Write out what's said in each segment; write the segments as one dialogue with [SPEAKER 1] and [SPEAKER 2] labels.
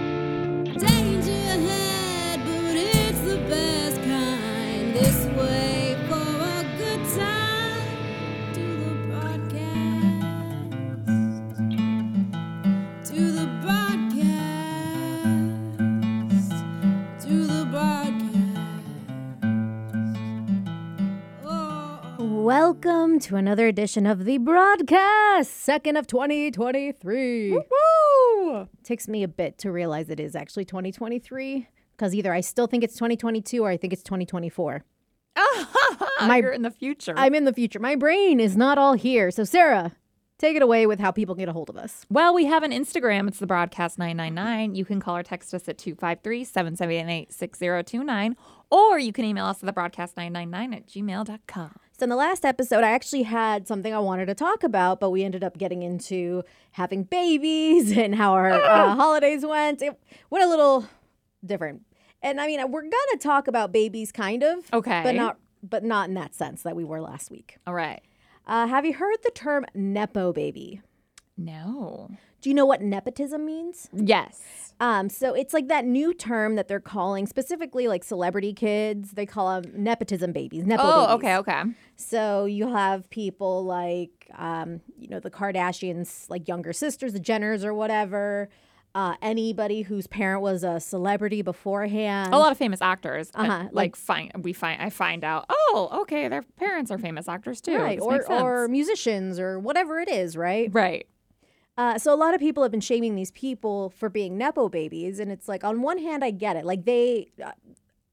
[SPEAKER 1] Danger ahead, but it's the best kind. This way for a good time. To the broadcast. To the broadcast. To the broadcast. Oh.
[SPEAKER 2] Welcome to another edition of the broadcast, second of 2023. Woo! Takes me a bit to realize it is actually 2023 because either I still think it's 2022 or I think it's 2024. My-
[SPEAKER 3] you're in the future.
[SPEAKER 2] I'm in the future. My brain is not all here. So, Sarah, take it away with how people get a hold of us.
[SPEAKER 3] well, we have an Instagram. It's the broadcast 999. You can call or text us at 253 778 6029, or you can email us at the broadcast 999 at gmail.com.
[SPEAKER 2] So, in the last episode, I actually had something I wanted to talk about, but we ended up getting into having babies and how our
[SPEAKER 3] Ah.
[SPEAKER 2] uh, holidays went. It went a little different. And I mean, we're going to talk about babies kind of.
[SPEAKER 3] Okay.
[SPEAKER 2] But not. But not in that sense that we were last week.
[SPEAKER 3] All right.
[SPEAKER 2] Uh, have you heard the term Nepo baby?
[SPEAKER 3] No.
[SPEAKER 2] Do you know what nepotism means?
[SPEAKER 3] Yes.
[SPEAKER 2] Um, so it's like that new term that they're calling specifically like celebrity kids. They call them nepotism babies. Nepo
[SPEAKER 3] Oh,
[SPEAKER 2] babies.
[SPEAKER 3] okay, okay.
[SPEAKER 2] So you have people like, um, you know, the Kardashians, like younger sisters, the Jenners or whatever. Uh, anybody whose parent was a celebrity beforehand.
[SPEAKER 3] A lot of famous actors. uh,
[SPEAKER 2] Uh-huh,
[SPEAKER 3] Um, like,
[SPEAKER 2] like-
[SPEAKER 3] find we find I find out, oh, okay, their parents are famous actors too.
[SPEAKER 2] right,
[SPEAKER 3] This
[SPEAKER 2] or
[SPEAKER 3] makes sense.
[SPEAKER 2] or musicians or whatever it is, right?
[SPEAKER 3] right.
[SPEAKER 2] Uh, so a lot of people have been shaming these people for being nepo babies, and it's like on one hand I get it, like they. uh,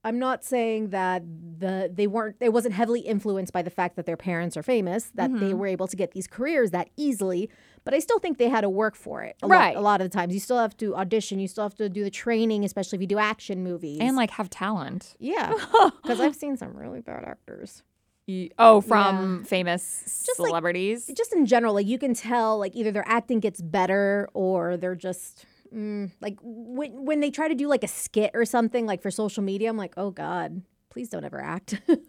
[SPEAKER 2] I'm not saying that the they weren't it wasn't heavily influenced by the fact that their parents are famous that they
[SPEAKER 3] Mm-hmm.
[SPEAKER 2] were able to get these careers that easily, but I still think they had to work for it. A lot-
[SPEAKER 3] Right.
[SPEAKER 2] a lot of the times you still have to audition, you still have to do the training, especially if you do action movies.
[SPEAKER 3] And like have talent.
[SPEAKER 2] yeah, because I've seen some really bad actors.
[SPEAKER 3] Y- Oh, from famous
[SPEAKER 2] Just like-
[SPEAKER 3] celebrities.
[SPEAKER 2] just in general, like you can tell, like either their acting gets better or they're just mm, like when when they try to do like a skit or something like for social media. I'm like, oh god, please don't ever act.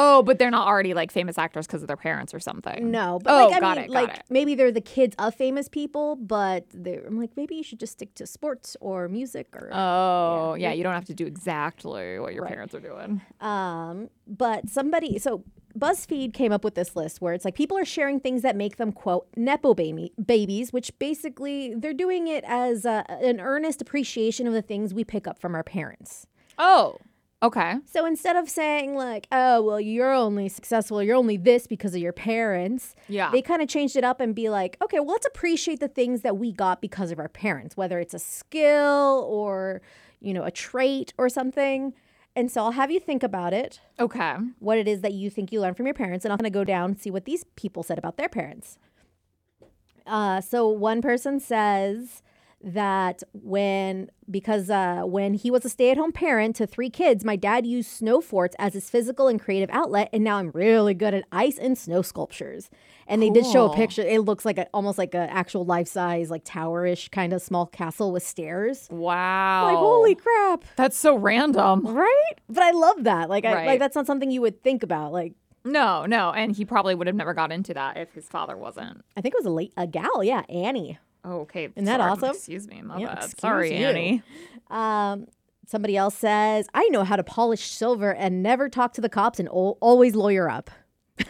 [SPEAKER 3] Oh, but they're not already like famous actors because of their parents or something.
[SPEAKER 2] no, but
[SPEAKER 3] Oh,
[SPEAKER 2] like I
[SPEAKER 3] got
[SPEAKER 2] mean,
[SPEAKER 3] it, got
[SPEAKER 2] like
[SPEAKER 3] it.
[SPEAKER 2] maybe they're the kids of famous people, but they're, I'm like, maybe you should just stick to sports or music or.
[SPEAKER 3] Oh, yeah. You don't have to do exactly what your parents are doing.
[SPEAKER 2] Um, but somebody, so BuzzFeed came up with this list where it's like people are sharing things that make them quote nepo baby babies, which basically they're doing it as a, an earnest appreciation of the things we pick up from our parents.
[SPEAKER 3] Oh, okay.
[SPEAKER 2] So instead of saying like, "Oh, well, you're only successful, you're only this because of your parents,"
[SPEAKER 3] Yeah.
[SPEAKER 2] they kind of changed it up and be like, "Okay, well, let's appreciate the things that we got because of our parents, whether it's a skill or you know a trait or something." And so I'll have you think about it
[SPEAKER 3] Okay.
[SPEAKER 2] what it is that you think you learned from your parents, and I'm gonna go down and see what these people said about their parents. Uh, so one person says that when because uh, when he was a stay-at-home parent to three kids, my dad used snow forts as his physical and creative outlet, and now I'm really good at ice and snow sculptures. And they did show a
[SPEAKER 3] Cool.
[SPEAKER 2] picture; it looks like a, almost like an actual life-size, like tower-ish kind of small castle with stairs.
[SPEAKER 3] Wow.
[SPEAKER 2] Like holy crap!
[SPEAKER 3] That's so random.
[SPEAKER 2] Right? But I love that. Like, I,
[SPEAKER 3] Right.
[SPEAKER 2] like that's not something you would think about. Like,
[SPEAKER 3] No, no. And he probably would have never got into that if his father wasn't.
[SPEAKER 2] I think it was a late a gal, yeah, Annie.
[SPEAKER 3] Okay.
[SPEAKER 2] Isn't that
[SPEAKER 3] sorry.
[SPEAKER 2] awesome?
[SPEAKER 3] Excuse me. My
[SPEAKER 2] Yeah,
[SPEAKER 3] bad.
[SPEAKER 2] excuse
[SPEAKER 3] Sorry,
[SPEAKER 2] you.
[SPEAKER 3] Annie.
[SPEAKER 2] Um, somebody else says, "I know how to polish silver and never talk to the cops and al always lawyer up."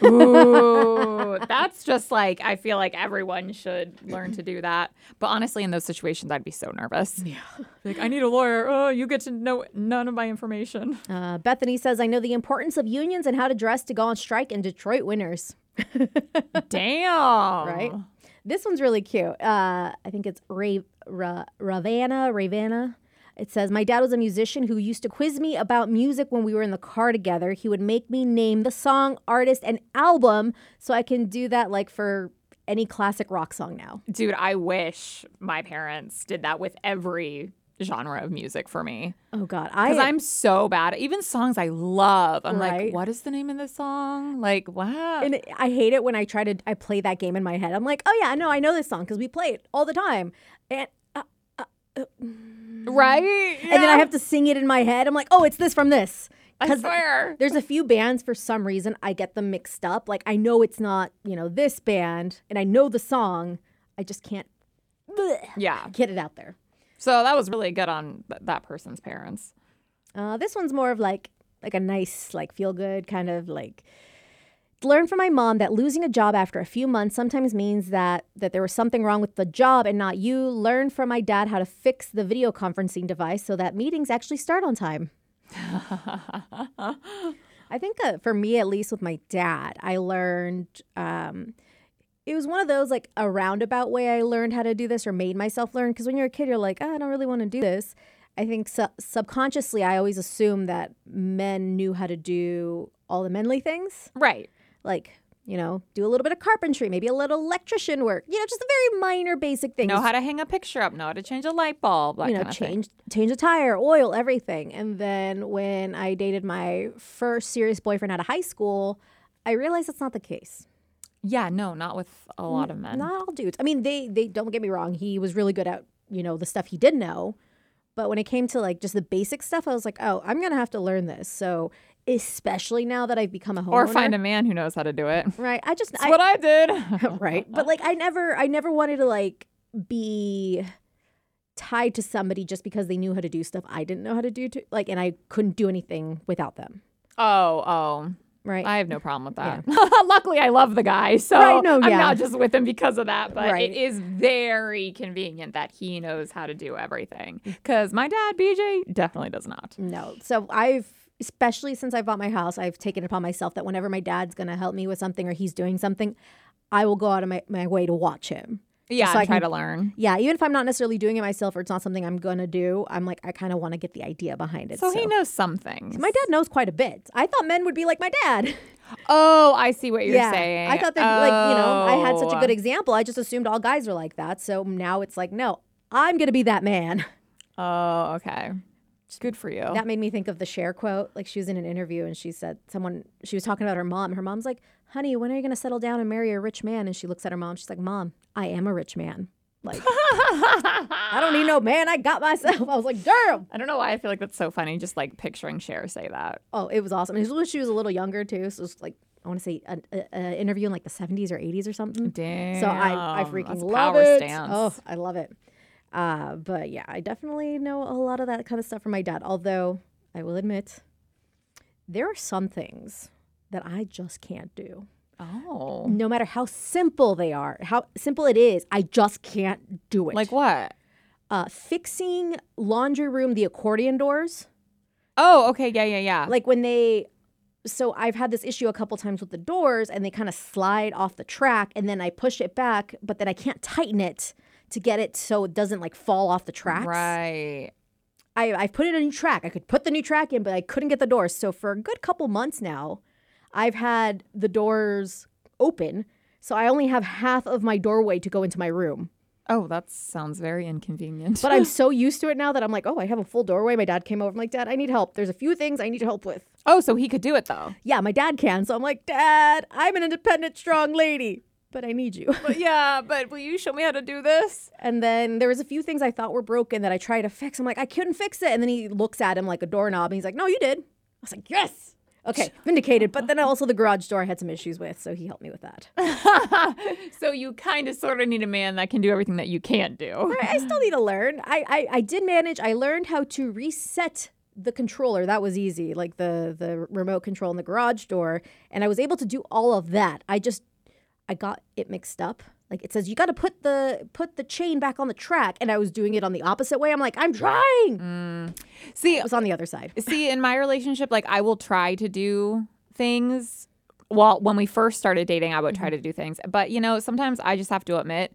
[SPEAKER 3] Ooh, that's just like, I feel like everyone should learn to do that. But honestly, in those situations, I'd be so nervous. Yeah. Like, I need a lawyer. Oh, you get to know none of my information.
[SPEAKER 2] Uh, Bethany says, "I know the importance of unions and how to dress to go on strike in Detroit winners."
[SPEAKER 3] Damn.
[SPEAKER 2] Right? This one's really cute. Uh, I think it's Ra- Ra- Ravana. Ravana. It says, My dad was a musician who used to quiz me about music when we were in the car together. He would make me name the song, artist, and album so I can do that like for any classic rock song now.
[SPEAKER 3] Dude, I wish my parents did that with every genre of music for me.
[SPEAKER 2] Oh, God.
[SPEAKER 3] Because
[SPEAKER 2] I,
[SPEAKER 3] I'm so bad. at- Even songs I love, I'm
[SPEAKER 2] Right.
[SPEAKER 3] like, what is the name of this song? Like, wow.
[SPEAKER 2] and I hate it when I try to I play that game in my head. I'm like, oh, yeah, no, I know this song because we play it all the time. And, uh,
[SPEAKER 3] right?
[SPEAKER 2] and then I have to sing it in my head. I'm like, oh, it's this from this.
[SPEAKER 3] I swear.
[SPEAKER 2] There's a few bands for some reason I get them mixed up. Like I know it's not, you know, this band and I know the song. I just can't bleh,
[SPEAKER 3] Yeah.
[SPEAKER 2] get it out there.
[SPEAKER 3] So that was really good on th- that person's parents.
[SPEAKER 2] Uh, this one's more of like like a nice, like feel good kind of like learned from my mom that losing a job after a few months sometimes means that that there was something wrong with the job and not you. Learned from my dad how to fix the video conferencing device so that meetings actually start on time. I think uh, for me, at least with my dad, I learned um, it was one of those like a roundabout way I learned how to do this or made myself learn. Because when you're a kid, you're like, "Ah, I don't really want to do this. I think su- subconsciously, I always assumed that men knew how to do all the manly things,
[SPEAKER 3] Right.
[SPEAKER 2] like you know, do a little bit of carpentry, maybe a little electrician work, you know, just the very minor basic things.
[SPEAKER 3] Know how to hang a picture up, know how to change a light bulb, that
[SPEAKER 2] you know,
[SPEAKER 3] kind of thing.
[SPEAKER 2] change change a tire, oil, everything. And then when I dated my first serious boyfriend out of high school, I realized that's not the case.
[SPEAKER 3] Yeah, no, not with a lot of men.
[SPEAKER 2] Not all dudes. I mean, they they don't get me wrong. He was really good at you know the stuff he did know, but when it came to like just the basic stuff, I was like, oh, I'm gonna have to learn this. So especially now that I've become a homeowner,
[SPEAKER 3] or find a man who knows how to do it.
[SPEAKER 2] right. I just
[SPEAKER 3] That's
[SPEAKER 2] I,
[SPEAKER 3] what I did.
[SPEAKER 2] right, but like I never I never wanted to like be tied to somebody just because they knew how to do stuff I didn't know how to do. To, like, and I couldn't do anything without them.
[SPEAKER 3] Oh, oh.
[SPEAKER 2] Right.
[SPEAKER 3] I have no problem with that. Luckily, I love the guy, so
[SPEAKER 2] Right, no, yeah.
[SPEAKER 3] I'm not just with him because of that. But
[SPEAKER 2] Right.
[SPEAKER 3] it is very convenient that he knows how to do everything.
[SPEAKER 2] Mm.
[SPEAKER 3] Because my dad, BJ, definitely does not.
[SPEAKER 2] No. So I've especially since I bought my house, I've taken it upon myself that whenever my dad's gonna help me with something or he's doing something, I will go out of my, my way to watch him.
[SPEAKER 3] Yeah,
[SPEAKER 2] so I
[SPEAKER 3] I try
[SPEAKER 2] can-
[SPEAKER 3] to learn.
[SPEAKER 2] Yeah, even if I'm not necessarily doing it myself or it's not something I'm gonna do, I'm like I kinda wanna get the idea behind it.
[SPEAKER 3] So, he knows something.
[SPEAKER 2] my dad knows quite a bit. I thought men would be like my dad.
[SPEAKER 3] Oh, I see what you're saying.
[SPEAKER 2] I thought that like, you know, I had such a
[SPEAKER 3] Oh.
[SPEAKER 2] good example. I just assumed all guys were like that. So now it's like, no, I'm gonna be that man.
[SPEAKER 3] Oh, okay. Good for you.
[SPEAKER 2] That made me think of the share quote. Like she was in an interview and she said someone she was talking about her mom. Her mom's like, "Honey, when are you going to settle down and marry a rich man?" And she looks at her mom. She's like, "Mom, I am a rich man. Like, I don't need no man. I got myself." I was like, "Damn."
[SPEAKER 3] I don't know why I feel like that's so funny. Just like picturing Cher say that.
[SPEAKER 2] Oh, it was awesome. And it was when she was a little younger too. So it was like I want to say an a, a interview in like the 70s or 80s or something.
[SPEAKER 3] Damn.
[SPEAKER 2] So I I freaking
[SPEAKER 3] that's
[SPEAKER 2] love
[SPEAKER 3] power
[SPEAKER 2] it.
[SPEAKER 3] Stance.
[SPEAKER 2] Oh, I love it. Uh, but yeah, I definitely know a lot of that kind of stuff from my dad. Although I will admit, there are some things that I just can't do.
[SPEAKER 3] Oh.
[SPEAKER 2] No matter how simple they are, how simple it is, I just can't do it.
[SPEAKER 3] Like what?
[SPEAKER 2] uh, fixing laundry room the accordion doors.
[SPEAKER 3] Oh, okay. Yeah, yeah, yeah.
[SPEAKER 2] Like when they, so I've had this issue a couple times with the doors and they kind of slide off the track and then I push it back, but then I can't tighten it to get it so it doesn't like fall off the tracks.
[SPEAKER 3] Right.
[SPEAKER 2] I, I've put in a new track. I could put the new track in, but I couldn't get the doors. So for a good couple months now, I've had the doors open. So I only have half of my doorway to go into my room.
[SPEAKER 3] Oh, that sounds very inconvenient.
[SPEAKER 2] But I'm so used to it now that I'm like, oh, I have a full doorway. My dad came over. I'm like, Dad, I need help. There's a few things I need help with.
[SPEAKER 3] oh, so he could do it though.
[SPEAKER 2] Yeah, my dad can. So I'm like, Dad, I'm an independent, strong lady, but I need you.
[SPEAKER 3] But yeah, but will you show me how to do this?
[SPEAKER 2] And then there was a few things I thought were broken that I tried to fix. I'm like, I couldn't fix it. And then he looks at him like a doorknob and he's like, No, you did. I was like, Yes. Okay, vindicated. But then also the garage door I had some issues with, so he helped me with that. I
[SPEAKER 3] so you kind of sort of need a man that can do everything that you can't do.
[SPEAKER 2] I still need to learn. I, I I did manage. I learned how to reset the controller. That was easy, like the the remote control in the garage door, and I was able to do all of that. I just I got it mixed up. Like it says, you got to put the put the chain back on the track, and I was doing it on the opposite way. I'm like, I'm trying.
[SPEAKER 3] Mm. See,
[SPEAKER 2] It was on the other side.
[SPEAKER 3] see in my relationship like i will try to do things
[SPEAKER 2] Mm-hmm.
[SPEAKER 3] well when we first started dating i would try to do things but you know sometimes i just have to admit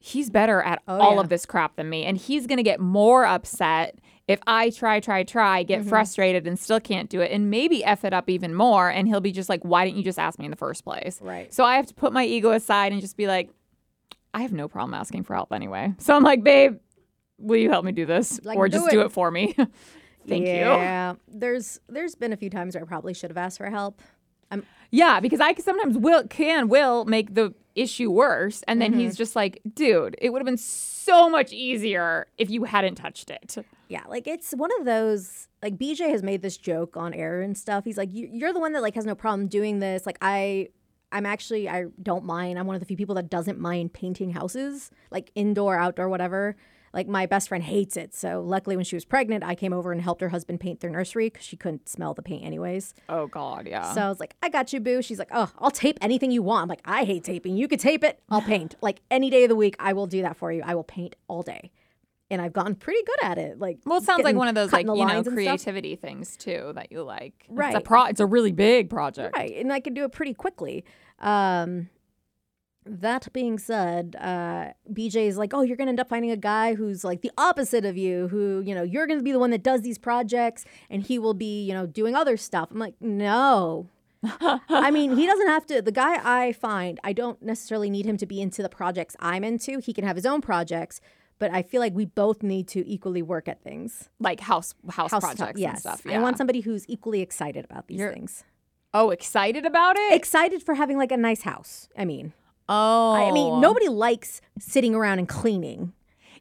[SPEAKER 3] he's better at
[SPEAKER 2] Oh,
[SPEAKER 3] all
[SPEAKER 2] yeah.
[SPEAKER 3] of this crap than me. And he's going to get more upset if I try, try, try, get
[SPEAKER 2] Mm-hmm.
[SPEAKER 3] frustrated and still can't do it, and maybe F it up even more. And he'll be just like, why didn't you just ask me in the first place?
[SPEAKER 2] Right.
[SPEAKER 3] So I have to put my ego aside and just be like, I have no problem asking for help anyway. So I'm like, babe, will you help me do this?
[SPEAKER 2] Like,
[SPEAKER 3] or
[SPEAKER 2] do
[SPEAKER 3] just do
[SPEAKER 2] it."
[SPEAKER 3] it for me. Thank you.
[SPEAKER 2] yeah. There's there's been a few times where I probably should have asked for help.
[SPEAKER 3] Yeah, because I sometimes will can will make the issue worse, and then
[SPEAKER 2] Mm-hmm.
[SPEAKER 3] he's just like, "Dude, it would have been so much easier if you hadn't touched it."
[SPEAKER 2] Yeah, like it's one of those like BJ has made this joke on air and stuff. He's like, "You- "You're the one that like has no problem doing this." Like I, I'm actually I don't mind. I'm one of the few people that doesn't mind painting houses, like indoor, outdoor, whatever. Like my best friend hates it. So luckily, when she was pregnant, I came over and helped her husband paint their nursery because she couldn't smell the paint anyways.
[SPEAKER 3] Oh God, yeah.
[SPEAKER 2] So I was like, I got you, boo. She's like, oh, I'll tape anything you want. I'm like, I hate taping. You could tape it. I'll paint. Like any day of the week, I will do that for you. I will paint all day. And I've gotten pretty good at it. Like,
[SPEAKER 3] well, it sounds like
[SPEAKER 2] getting-
[SPEAKER 3] one of those
[SPEAKER 2] cutting
[SPEAKER 3] like
[SPEAKER 2] the
[SPEAKER 3] you know
[SPEAKER 2] lines and stuff.
[SPEAKER 3] creativity things too that you like. It's a
[SPEAKER 2] Right.
[SPEAKER 3] pro. It's a really big project.
[SPEAKER 2] Right. And I can do it pretty quickly. Um, that being said, uh, BJ is like, oh, you're going to end up finding a guy who's like the opposite of you, who, you know, you're going to be the one that does these projects and he will be, you know, doing other stuff. I'm like, no. I mean, he doesn't have to. The guy I find, I don't necessarily need him to be into the projects I'm into. He can have his own projects, but I feel like we both need to equally work at things.
[SPEAKER 3] Like house house,
[SPEAKER 2] House
[SPEAKER 3] projects
[SPEAKER 2] yes.
[SPEAKER 3] and stuff.
[SPEAKER 2] I
[SPEAKER 3] Yeah.
[SPEAKER 2] want somebody who's equally excited about these
[SPEAKER 3] You're-
[SPEAKER 2] things
[SPEAKER 3] oh, excited about it.
[SPEAKER 2] excited for having like a nice house. I mean,
[SPEAKER 3] oh,
[SPEAKER 2] I mean, nobody likes sitting around and cleaning.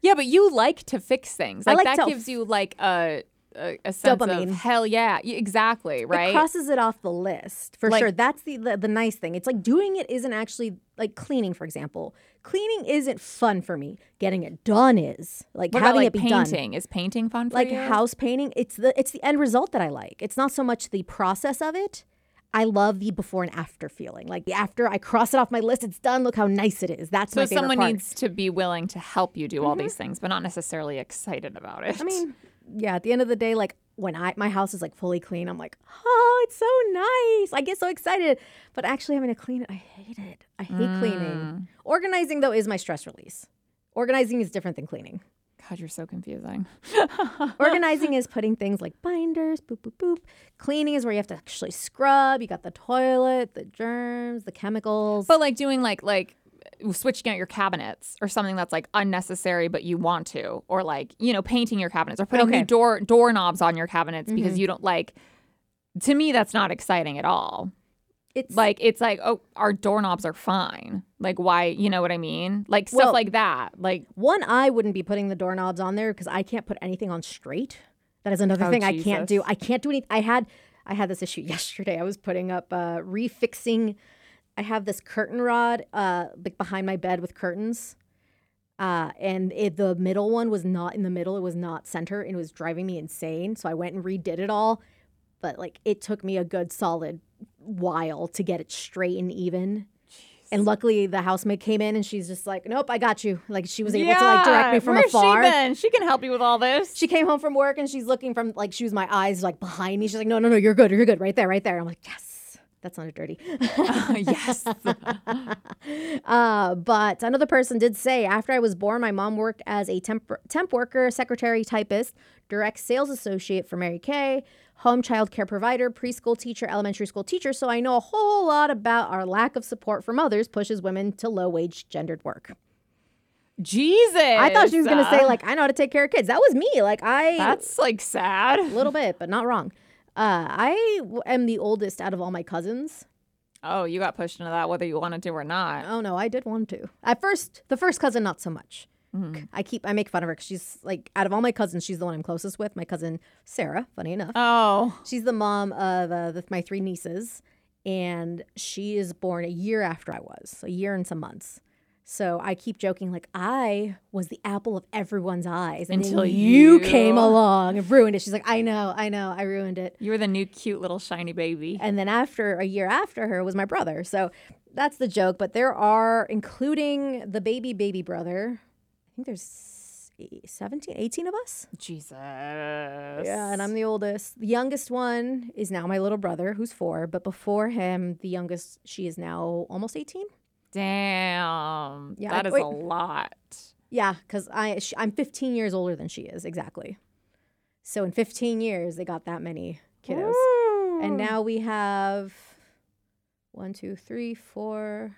[SPEAKER 3] Yeah, but you like to fix things.
[SPEAKER 2] I
[SPEAKER 3] Like,
[SPEAKER 2] like
[SPEAKER 3] that
[SPEAKER 2] to-
[SPEAKER 3] gives you like a a, a sense
[SPEAKER 2] Dopamine.
[SPEAKER 3] of hell yeah, y- exactly right.
[SPEAKER 2] It crosses it off the list for
[SPEAKER 3] Like-
[SPEAKER 2] sure. That's the, the the nice thing. It's like doing it isn't actually like cleaning, for example. Cleaning isn't fun for me. Getting it done is like
[SPEAKER 3] What about,
[SPEAKER 2] having
[SPEAKER 3] like,
[SPEAKER 2] it be
[SPEAKER 3] painting?
[SPEAKER 2] done.
[SPEAKER 3] Is painting fun for
[SPEAKER 2] Like
[SPEAKER 3] you?
[SPEAKER 2] house painting, it's the it's the end result that I like. It's not so much the process of it. I love the before and after feeling. Like the after, I cross it off my list. It's done. Look how nice it is. That's
[SPEAKER 3] So
[SPEAKER 2] my favorite
[SPEAKER 3] someone
[SPEAKER 2] part. Mm-hmm.
[SPEAKER 3] needs to be willing to help you do all these things, but not necessarily excited about it.
[SPEAKER 2] I mean, yeah, at the end of the day, like when I my house is like fully clean, I'm like, oh, it's so nice. I get so excited. But actually having to clean it, I hate it. I hate cleaning. Organizing though is my stress release. Organizing is different than cleaning.
[SPEAKER 3] God, you're so confusing.
[SPEAKER 2] Organizing is putting things like binders, boop, boop, boop. Cleaning is where you have to actually scrub. You got the toilet, the germs, the chemicals.
[SPEAKER 3] But like doing like like switching out your cabinets or something that's like unnecessary but you want to, or like you know painting your cabinets or putting
[SPEAKER 2] Okay. Mm-hmm.
[SPEAKER 3] new door doorknobs on your cabinets because you don't like. To me, that's not exciting at all.
[SPEAKER 2] it's like
[SPEAKER 3] Like it's like oh, our doorknobs are fine. Like why? You know what I mean? Like stuff
[SPEAKER 2] Well-
[SPEAKER 3] like that. Like
[SPEAKER 2] one, I wouldn't be putting the doorknobs on there because I can't put anything on straight. That is another
[SPEAKER 3] Oh,
[SPEAKER 2] thing I can't do.
[SPEAKER 3] Jesus.
[SPEAKER 2] I can't do anything. I had I had this issue yesterday. I was putting up uh refixing I have this curtain rod uh like behind my bed with curtains. Uh, and it, the middle one was not in the middle. It was not center, and it was driving me insane. So I went and redid it all, but like it took me a good solid while to get it straight and even. And luckily, the housemate came in, and she's just like, "Nope, I got you." Like she was able to like direct me from
[SPEAKER 3] where's
[SPEAKER 2] afar
[SPEAKER 3] She been? She can help you with all this.
[SPEAKER 2] she came home from work and she's looking from like she was my eyes like behind me. She's like, no, no, no, you're good, you're good, right there, right there. I'm like, yes, that's not a dirty.
[SPEAKER 3] yes.
[SPEAKER 2] uh, but another person did say after I was born, my mom worked as a temp temp worker, secretary, typist, direct sales associate for Mary Kay, home child care provider, preschool teacher, elementary school teacher. So I know a whole lot about our lack of support from others pushes women to low wage gendered work.
[SPEAKER 3] Jesus.
[SPEAKER 2] I thought she was gonna say like I know how to take care of kids. That was me. Like I
[SPEAKER 3] That's like sad.
[SPEAKER 2] A little bit, but not wrong. Uh, I w- am the oldest out of all my cousins.
[SPEAKER 3] Oh, you got pushed into that whether you wanted to or not.
[SPEAKER 2] Oh no, I did want to. At first, the first cousin, not so much.
[SPEAKER 3] Mm-hmm.
[SPEAKER 2] I keep I make fun of her because she's like out of all my cousins, she's the one I'm closest with. My cousin Sarah, funny enough,
[SPEAKER 3] Oh.
[SPEAKER 2] she's the mom of uh, the, my three nieces, and she is born a year after I was, a year and some months. So I keep joking like I was the apple of everyone's eyes and then
[SPEAKER 3] Until
[SPEAKER 2] you
[SPEAKER 3] you-
[SPEAKER 2] came along and ruined it. She's like, I know, I know, I ruined it.
[SPEAKER 3] You were the new cute little shiny baby.
[SPEAKER 2] and then after a year after her was my brother. So that's the joke. But there are, including the baby baby brother, I think there's 17, 18 of us.
[SPEAKER 3] Jesus.
[SPEAKER 2] Yeah, and I'm the oldest. The youngest one is now my little brother, who's four. But before him, the youngest, she is now almost 18.
[SPEAKER 3] Damn.
[SPEAKER 2] Yeah,
[SPEAKER 3] that is
[SPEAKER 2] wait.
[SPEAKER 3] a lot.
[SPEAKER 2] Yeah, because I sh I'm 15 years older than she is exactly. So in 15 years, they got that many kiddos,
[SPEAKER 3] Hmm.
[SPEAKER 2] and now we have one, two, three, four,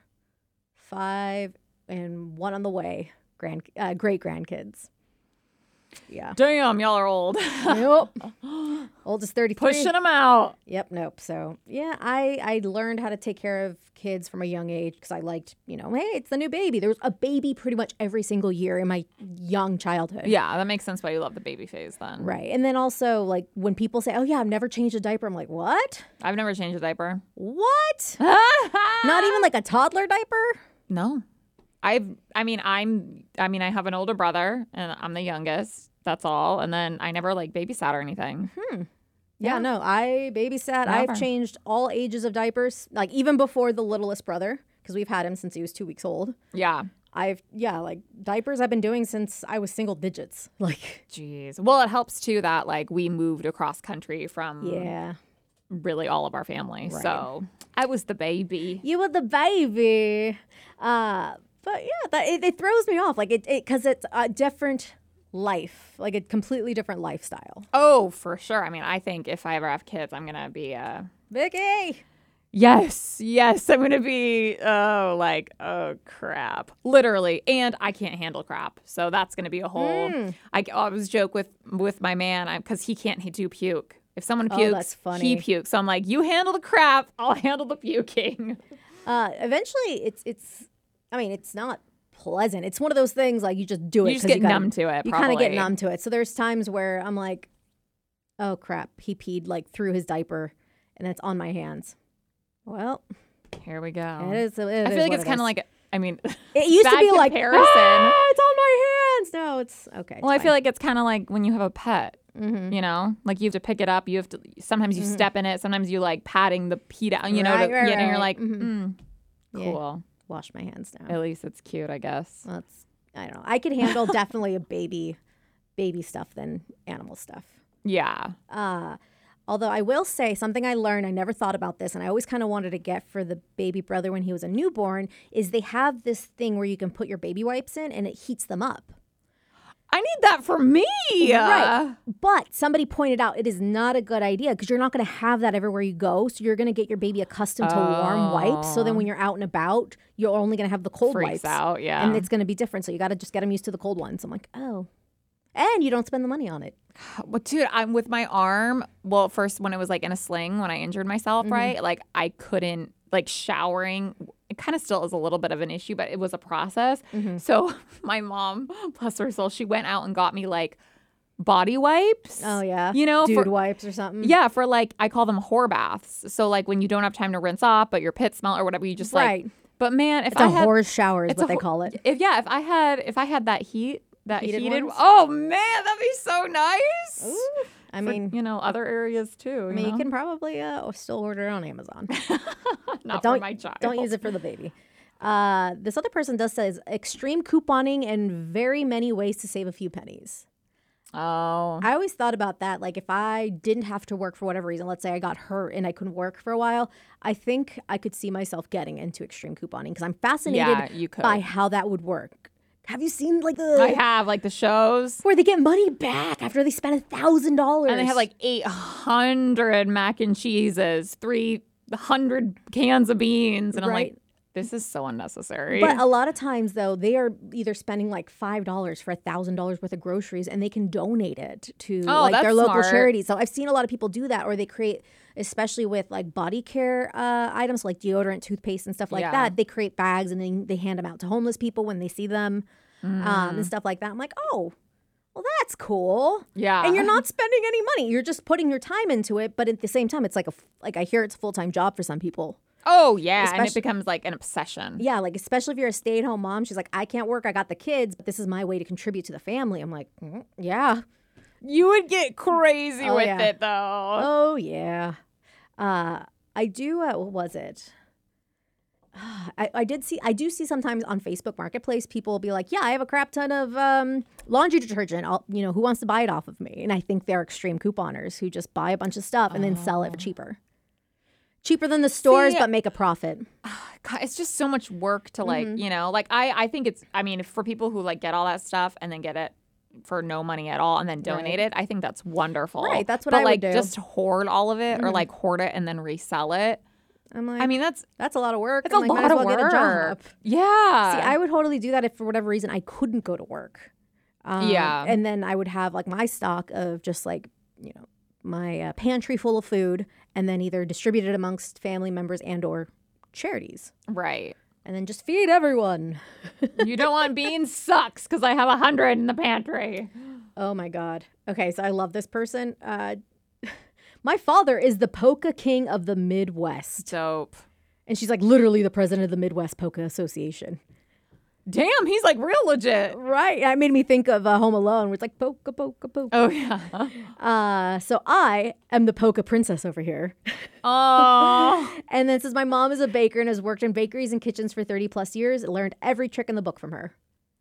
[SPEAKER 2] five, and one on the way. Grand, uh, great grandkids. Yeah.
[SPEAKER 3] Damn, y'all are old.
[SPEAKER 2] nope. Oldest 33.
[SPEAKER 3] Pushing them out.
[SPEAKER 2] Yep, nope. So yeah, I I learned how to take care of kids from a young age because I liked, you know, hey, it's the new baby. There was a baby pretty much every single year in my young childhood.
[SPEAKER 3] Yeah, that makes sense why you love the baby phase then.
[SPEAKER 2] Right. And then also like when people say, Oh yeah, I've never changed a diaper, I'm like, What?
[SPEAKER 3] I've never changed a diaper.
[SPEAKER 2] What? Not even like a toddler diaper?
[SPEAKER 3] No. I've I mean I'm I mean I have an older brother and I'm the youngest. That's all. And then I never like babysat or anything.
[SPEAKER 2] Yeah, no. I babysat.
[SPEAKER 3] Never.
[SPEAKER 2] I've changed all ages of diapers, like even before the littlest brother, because we've had him since he was two weeks old.
[SPEAKER 3] Yeah.
[SPEAKER 2] I've yeah, like diapers I've been doing since I was single digits. Like
[SPEAKER 3] Jeez. Well, it helps too that like we moved across country from
[SPEAKER 2] Yeah.
[SPEAKER 3] really all of our family. So I was the baby.
[SPEAKER 2] you were the baby uh but yeah that it, it throws me off like it because it's a different life like a completely different lifestyle
[SPEAKER 3] Oh, for sure. I mean, I think if I ever have kids, I'm gonna be uh
[SPEAKER 2] vicky
[SPEAKER 3] Yes, yes, I'm gonna be oh like oh crap, literally, and I can't handle crap, so that's gonna be a whole.
[SPEAKER 2] Hmm.
[SPEAKER 3] I I always joke with with my man because he can't he do puke. If someone pukes,
[SPEAKER 2] Oh, that's
[SPEAKER 3] he
[SPEAKER 2] funny.
[SPEAKER 3] pukes. So I'm like, you handle the crap, I'll handle the puking.
[SPEAKER 2] uh eventually it's it's i mean it's not pleasant it's one of those things like you just do it
[SPEAKER 3] You just
[SPEAKER 2] 'cause
[SPEAKER 3] get
[SPEAKER 2] gotta-
[SPEAKER 3] numb to it.
[SPEAKER 2] you kind of get
[SPEAKER 3] probably.
[SPEAKER 2] numb to it so there's times where i'm like oh crap he peed like through his diaper and it's on my hands well
[SPEAKER 3] Here we go.
[SPEAKER 2] it is it
[SPEAKER 3] Oh. I
[SPEAKER 2] is
[SPEAKER 3] feel like
[SPEAKER 2] what
[SPEAKER 3] it's
[SPEAKER 2] it
[SPEAKER 3] kind
[SPEAKER 2] is.
[SPEAKER 3] of like I mean,
[SPEAKER 2] it used to
[SPEAKER 3] bad
[SPEAKER 2] be like
[SPEAKER 3] comparison.
[SPEAKER 2] "Ah, it's on my hands no it's okay it's Mm-hmm.
[SPEAKER 3] well, I
[SPEAKER 2] fine.
[SPEAKER 3] feel like it's kind of like when you have a pet. You know, like you have to pick it up. You have to. Sometimes you step in it. Sometimes you like patting the pee down. You know,
[SPEAKER 2] Mm-hmm. Right,
[SPEAKER 3] to,
[SPEAKER 2] right,
[SPEAKER 3] you know,
[SPEAKER 2] right,
[SPEAKER 3] you're
[SPEAKER 2] right.
[SPEAKER 3] like,
[SPEAKER 2] Mhm.
[SPEAKER 3] mm,
[SPEAKER 2] Yeah.
[SPEAKER 3] cool.
[SPEAKER 2] wash my hands now.
[SPEAKER 3] At least it's cute, I guess.
[SPEAKER 2] That's I don't know. I could handle definitely a baby baby stuff than animal stuff.
[SPEAKER 3] Yeah.
[SPEAKER 2] Uh although I will say something I learned, I never thought about this and I always kind of wanted to get for the baby brother when he was a newborn is they have this thing where you can put your baby wipes in and it heats them up.
[SPEAKER 3] I need that for me.
[SPEAKER 2] Right. But somebody pointed out it is not a good idea because you're not going to have that everywhere you go. So you're going to get your baby accustomed to warm wipes. So then when you're out and about, you're only going to have the cold
[SPEAKER 3] Oh. Freaks
[SPEAKER 2] wipes.
[SPEAKER 3] out. Yeah.
[SPEAKER 2] and it's going to be different. So you got to just get them used to the cold ones. I'm like, oh, and you don't spend the money on it.
[SPEAKER 3] Well, dude, I'm with my arm. Well, first when it was like in a sling when I injured myself,
[SPEAKER 2] Mm-hmm.
[SPEAKER 3] right? Like I couldn't like showering. It kind of still is a little bit of an issue, but it was a process.
[SPEAKER 2] Mm-hmm.
[SPEAKER 3] So my mom, bless her soul, she went out and got me like body wipes.
[SPEAKER 2] Oh yeah, Mm-hmm.
[SPEAKER 3] you know,
[SPEAKER 2] dude
[SPEAKER 3] for,
[SPEAKER 2] wipes or something.
[SPEAKER 3] yeah, for like I call them whore baths. So like when you don't have time to rinse off, but your pit smell or whatever, you just
[SPEAKER 2] Right.
[SPEAKER 3] like. But man, if
[SPEAKER 2] it's a
[SPEAKER 3] I had
[SPEAKER 2] horse shower is
[SPEAKER 3] it's
[SPEAKER 2] what
[SPEAKER 3] a
[SPEAKER 2] they
[SPEAKER 3] whole-
[SPEAKER 2] call it.
[SPEAKER 3] if yeah, if I had if I had that heat that
[SPEAKER 2] Heated
[SPEAKER 3] heated,
[SPEAKER 2] ones?
[SPEAKER 3] oh man, that'd be so nice.
[SPEAKER 2] I
[SPEAKER 3] For,
[SPEAKER 2] mean,
[SPEAKER 3] you know, other areas too. You
[SPEAKER 2] I mean, you
[SPEAKER 3] know?
[SPEAKER 2] can probably uh, still order it on Amazon.
[SPEAKER 3] not
[SPEAKER 2] don't
[SPEAKER 3] for my child.
[SPEAKER 2] don't use it for the baby. Uh, this other person does says extreme couponing and very many ways to save a few pennies.
[SPEAKER 3] Oh,
[SPEAKER 2] I always thought about that. Like, if I didn't have to work for whatever reason, let's say I got hurt and I couldn't work for a while, I think I could see myself getting into extreme couponing because I'm fascinated
[SPEAKER 3] Yeah, you could.
[SPEAKER 2] by how that would work. Have you seen like the
[SPEAKER 3] I have like the shows,
[SPEAKER 2] where they get money back after they spend a thousand dollars?
[SPEAKER 3] and they have like eight hundred mac and cheeses, three hundred cans of beans, and I'm like,
[SPEAKER 2] Right.
[SPEAKER 3] this is so unnecessary.
[SPEAKER 2] But uh, a lot of times, though, they are either spending like five dollars for a thousand dollars worth of groceries, and they can donate it to
[SPEAKER 3] Oh,
[SPEAKER 2] like their
[SPEAKER 3] that's
[SPEAKER 2] local
[SPEAKER 3] smart.
[SPEAKER 2] charity. So I've seen a lot of people do that, or they create, especially with like body care uh, items like deodorant, toothpaste, and stuff like
[SPEAKER 3] Yeah.
[SPEAKER 2] that. They create bags and then they hand them out to homeless people when they see them, um,
[SPEAKER 3] Mm.
[SPEAKER 2] and stuff like that. I'm like, oh, well, that's cool.
[SPEAKER 3] yeah,
[SPEAKER 2] And you're not spending any money. You're just putting your time into it. But at the same time, it's like a f- like I hear it's a full time job for some people.
[SPEAKER 3] Oh yeah, and it
[SPEAKER 2] Especially-
[SPEAKER 3] becomes like an obsession.
[SPEAKER 2] Yeah, like especially if you're a stay-at-home mom, she's like, I can't work, I got the kids, but this is my way to contribute to the family. I'm like, mm, yeah,
[SPEAKER 3] You would get crazy
[SPEAKER 2] Oh,
[SPEAKER 3] with
[SPEAKER 2] yeah.
[SPEAKER 3] it though.
[SPEAKER 2] oh yeah. Uh, I do. Uh, what was it? I, I did see. I do see sometimes on Facebook Marketplace, people will be like, "Yeah, I have a crap ton of um, laundry detergent. I'll, you know, who wants to buy it off of me?" And I think they're extreme couponers who just buy a bunch of stuff and then sell it for cheaper, cheaper than the stores,
[SPEAKER 3] Oh. See,
[SPEAKER 2] but make a profit.
[SPEAKER 3] God, it's just so much work to like,
[SPEAKER 2] Mm-hmm.
[SPEAKER 3] you know, like I, I think it's, I mean, for people who like get all that stuff and then get it for no money at all and then donate it, I think that's wonderful.
[SPEAKER 2] Right, that's what
[SPEAKER 3] but
[SPEAKER 2] I would
[SPEAKER 3] like
[SPEAKER 2] do. Mm-hmm.
[SPEAKER 3] just hoard all of it or like hoard it and then resell it.
[SPEAKER 2] I'm like,
[SPEAKER 3] I mean, that's
[SPEAKER 2] that's a lot of work.
[SPEAKER 3] it's
[SPEAKER 2] I'm
[SPEAKER 3] a
[SPEAKER 2] like,
[SPEAKER 3] lot
[SPEAKER 2] might as
[SPEAKER 3] of
[SPEAKER 2] well
[SPEAKER 3] work.
[SPEAKER 2] Get a job.
[SPEAKER 3] Yeah.
[SPEAKER 2] See, I would totally do that if for whatever reason I couldn't go to work. Um,
[SPEAKER 3] Yeah.
[SPEAKER 2] And then I would have like my stock of just like, you know, my uh, pantry full of food and then either distribute it amongst family members and or charities
[SPEAKER 3] right.
[SPEAKER 2] and then just feed everyone.
[SPEAKER 3] you don't want beans sucks because I have a hundred in the pantry.
[SPEAKER 2] Oh my God. Okay. So I love this person. Uh, my father is the polka king of the Midwest.
[SPEAKER 3] Dope.
[SPEAKER 2] And she's like literally the president of the Midwest Polka Association.
[SPEAKER 3] Damn, he's like real legit.
[SPEAKER 2] Right. That made me think of uh, Home Alone, where it's like polka, polka, polka.
[SPEAKER 3] Oh yeah.
[SPEAKER 2] Uh, so I am the polka princess over here.
[SPEAKER 3] Oh.
[SPEAKER 2] And then it says my mom is a baker and has worked in bakeries and kitchens for 30 plus years, learned every trick in the book from her.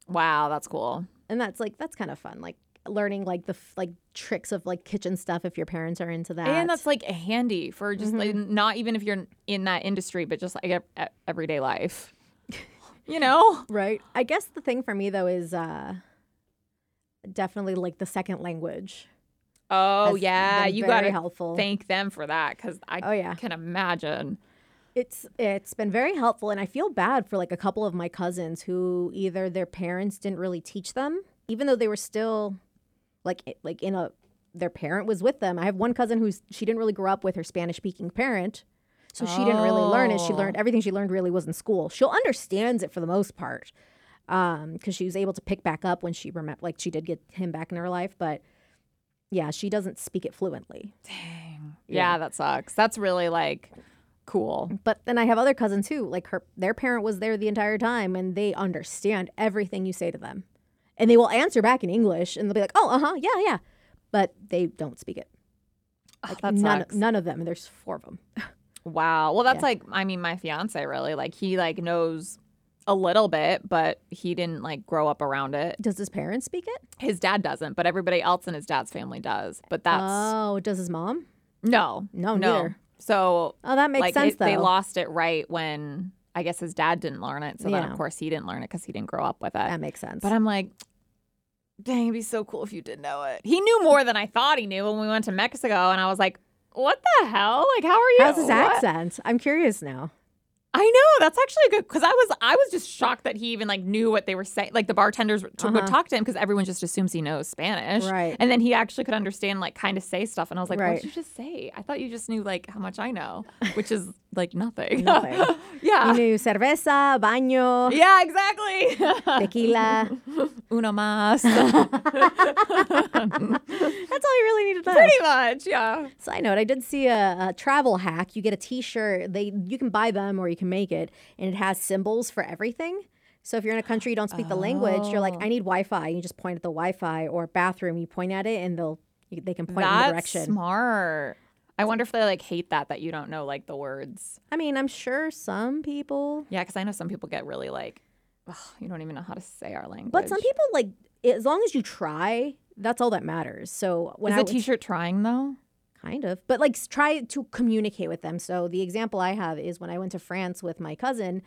[SPEAKER 3] wow, that's cool.
[SPEAKER 2] And that's like that's kind of fun, like learning like the f- like tricks of like kitchen stuff if your parents are into that. Mm-hmm.
[SPEAKER 3] And that's like handy for just like not even if you're in that industry, but just like e- e- everyday life. you know?
[SPEAKER 2] right. I guess the thing for me though is uh definitely like the second language.
[SPEAKER 3] Oh
[SPEAKER 2] has
[SPEAKER 3] yeah,
[SPEAKER 2] been
[SPEAKER 3] you
[SPEAKER 2] very
[SPEAKER 3] gotta
[SPEAKER 2] helpful.
[SPEAKER 3] thank them for that because I
[SPEAKER 2] Oh, yeah.
[SPEAKER 3] can imagine.
[SPEAKER 2] It's it's been very helpful and I feel bad for like a couple of my cousins who either their parents didn't really teach them even though they were still like i- like in a their parent was with them. I have one cousin who's she didn't really grow up with her Spanish speaking parent. So she didn't really learn it. She
[SPEAKER 3] Oh.
[SPEAKER 2] learned everything she learned really was in school. She'll understands it for the most part. Um, because she was able to pick back up when she remem like she did get him back in her life, but yeah, she doesn't speak it fluently.
[SPEAKER 3] Dang.
[SPEAKER 2] Yeah.
[SPEAKER 3] yeah that sucks. That's really like cool.
[SPEAKER 2] But then I have other cousins who, like her, their parent was there the entire time, and they understand everything you say to them, and they will answer back in English, and they'll be like, "Oh, uh huh, yeah, yeah," but they don't speak it. Like
[SPEAKER 3] that
[SPEAKER 2] none,
[SPEAKER 3] sucks.
[SPEAKER 2] none of them. And there's four of them.
[SPEAKER 3] Wow. Well, that's
[SPEAKER 2] Yeah.
[SPEAKER 3] like I mean, my fiance really like he like knows a little bit, but he didn't like grow up around it.
[SPEAKER 2] Does his parents speak it?
[SPEAKER 3] His dad doesn't, but everybody else in his dad's family does. But that's
[SPEAKER 2] Oh, does his mom?
[SPEAKER 3] no,
[SPEAKER 2] No,
[SPEAKER 3] no.
[SPEAKER 2] neither.
[SPEAKER 3] So
[SPEAKER 2] Oh, that makes
[SPEAKER 3] like
[SPEAKER 2] sense
[SPEAKER 3] it-
[SPEAKER 2] though.
[SPEAKER 3] they lost it right when I guess his dad didn't learn it. So then
[SPEAKER 2] Yeah.
[SPEAKER 3] of course he didn't learn it because he didn't grow up with it.
[SPEAKER 2] that makes sense.
[SPEAKER 3] But I'm like, dang, it'd be so cool if you did know it. He knew more than I thought he knew when we went to Mexico, and I was like, what the hell? Like, how are you?
[SPEAKER 2] How's his
[SPEAKER 3] what?
[SPEAKER 2] accent? I'm curious now.
[SPEAKER 3] I know that's actually a good because I was I was just shocked that he even like knew what they were saying. Like the bartenders t-
[SPEAKER 2] Uh-huh.
[SPEAKER 3] would talk to him because everyone just assumes he knows Spanish,
[SPEAKER 2] Right.
[SPEAKER 3] And then he actually could understand like kind of say stuff. And I was like,
[SPEAKER 2] Right.
[SPEAKER 3] what did you just say? I thought you just knew like how much I know, which is like nothing.
[SPEAKER 2] Nothing.
[SPEAKER 3] yeah.
[SPEAKER 2] You knew cerveza, baño,
[SPEAKER 3] yeah, exactly.
[SPEAKER 2] tequila.
[SPEAKER 3] Uno más.
[SPEAKER 2] That's all you really needed to know.
[SPEAKER 3] Pretty much, yeah.
[SPEAKER 2] Side note: I did see a, a travel hack. You get a T-shirt. They you can buy them or you can make it, and it has symbols for everything. So if you're in a country you don't speak the language, you're like,
[SPEAKER 3] Oh.
[SPEAKER 2] I need Wi-Fi. You just point at the Wi-Fi or bathroom. You point at it, and they'll you, they can point in
[SPEAKER 3] That's
[SPEAKER 2] the direction.
[SPEAKER 3] smart. I wonder if they like hate that that you don't know like the words.
[SPEAKER 2] I mean, I'm sure some people,
[SPEAKER 3] Yeah, because I know some people get really like, Ugh, you don't even know how to say our language.
[SPEAKER 2] but some people like as long as you try, that's all that matters. So when
[SPEAKER 3] Is
[SPEAKER 2] I
[SPEAKER 3] a
[SPEAKER 2] was-
[SPEAKER 3] t-shirt trying though?
[SPEAKER 2] kind of but like s- try to communicate with them so the example i have is when i went to france with my cousin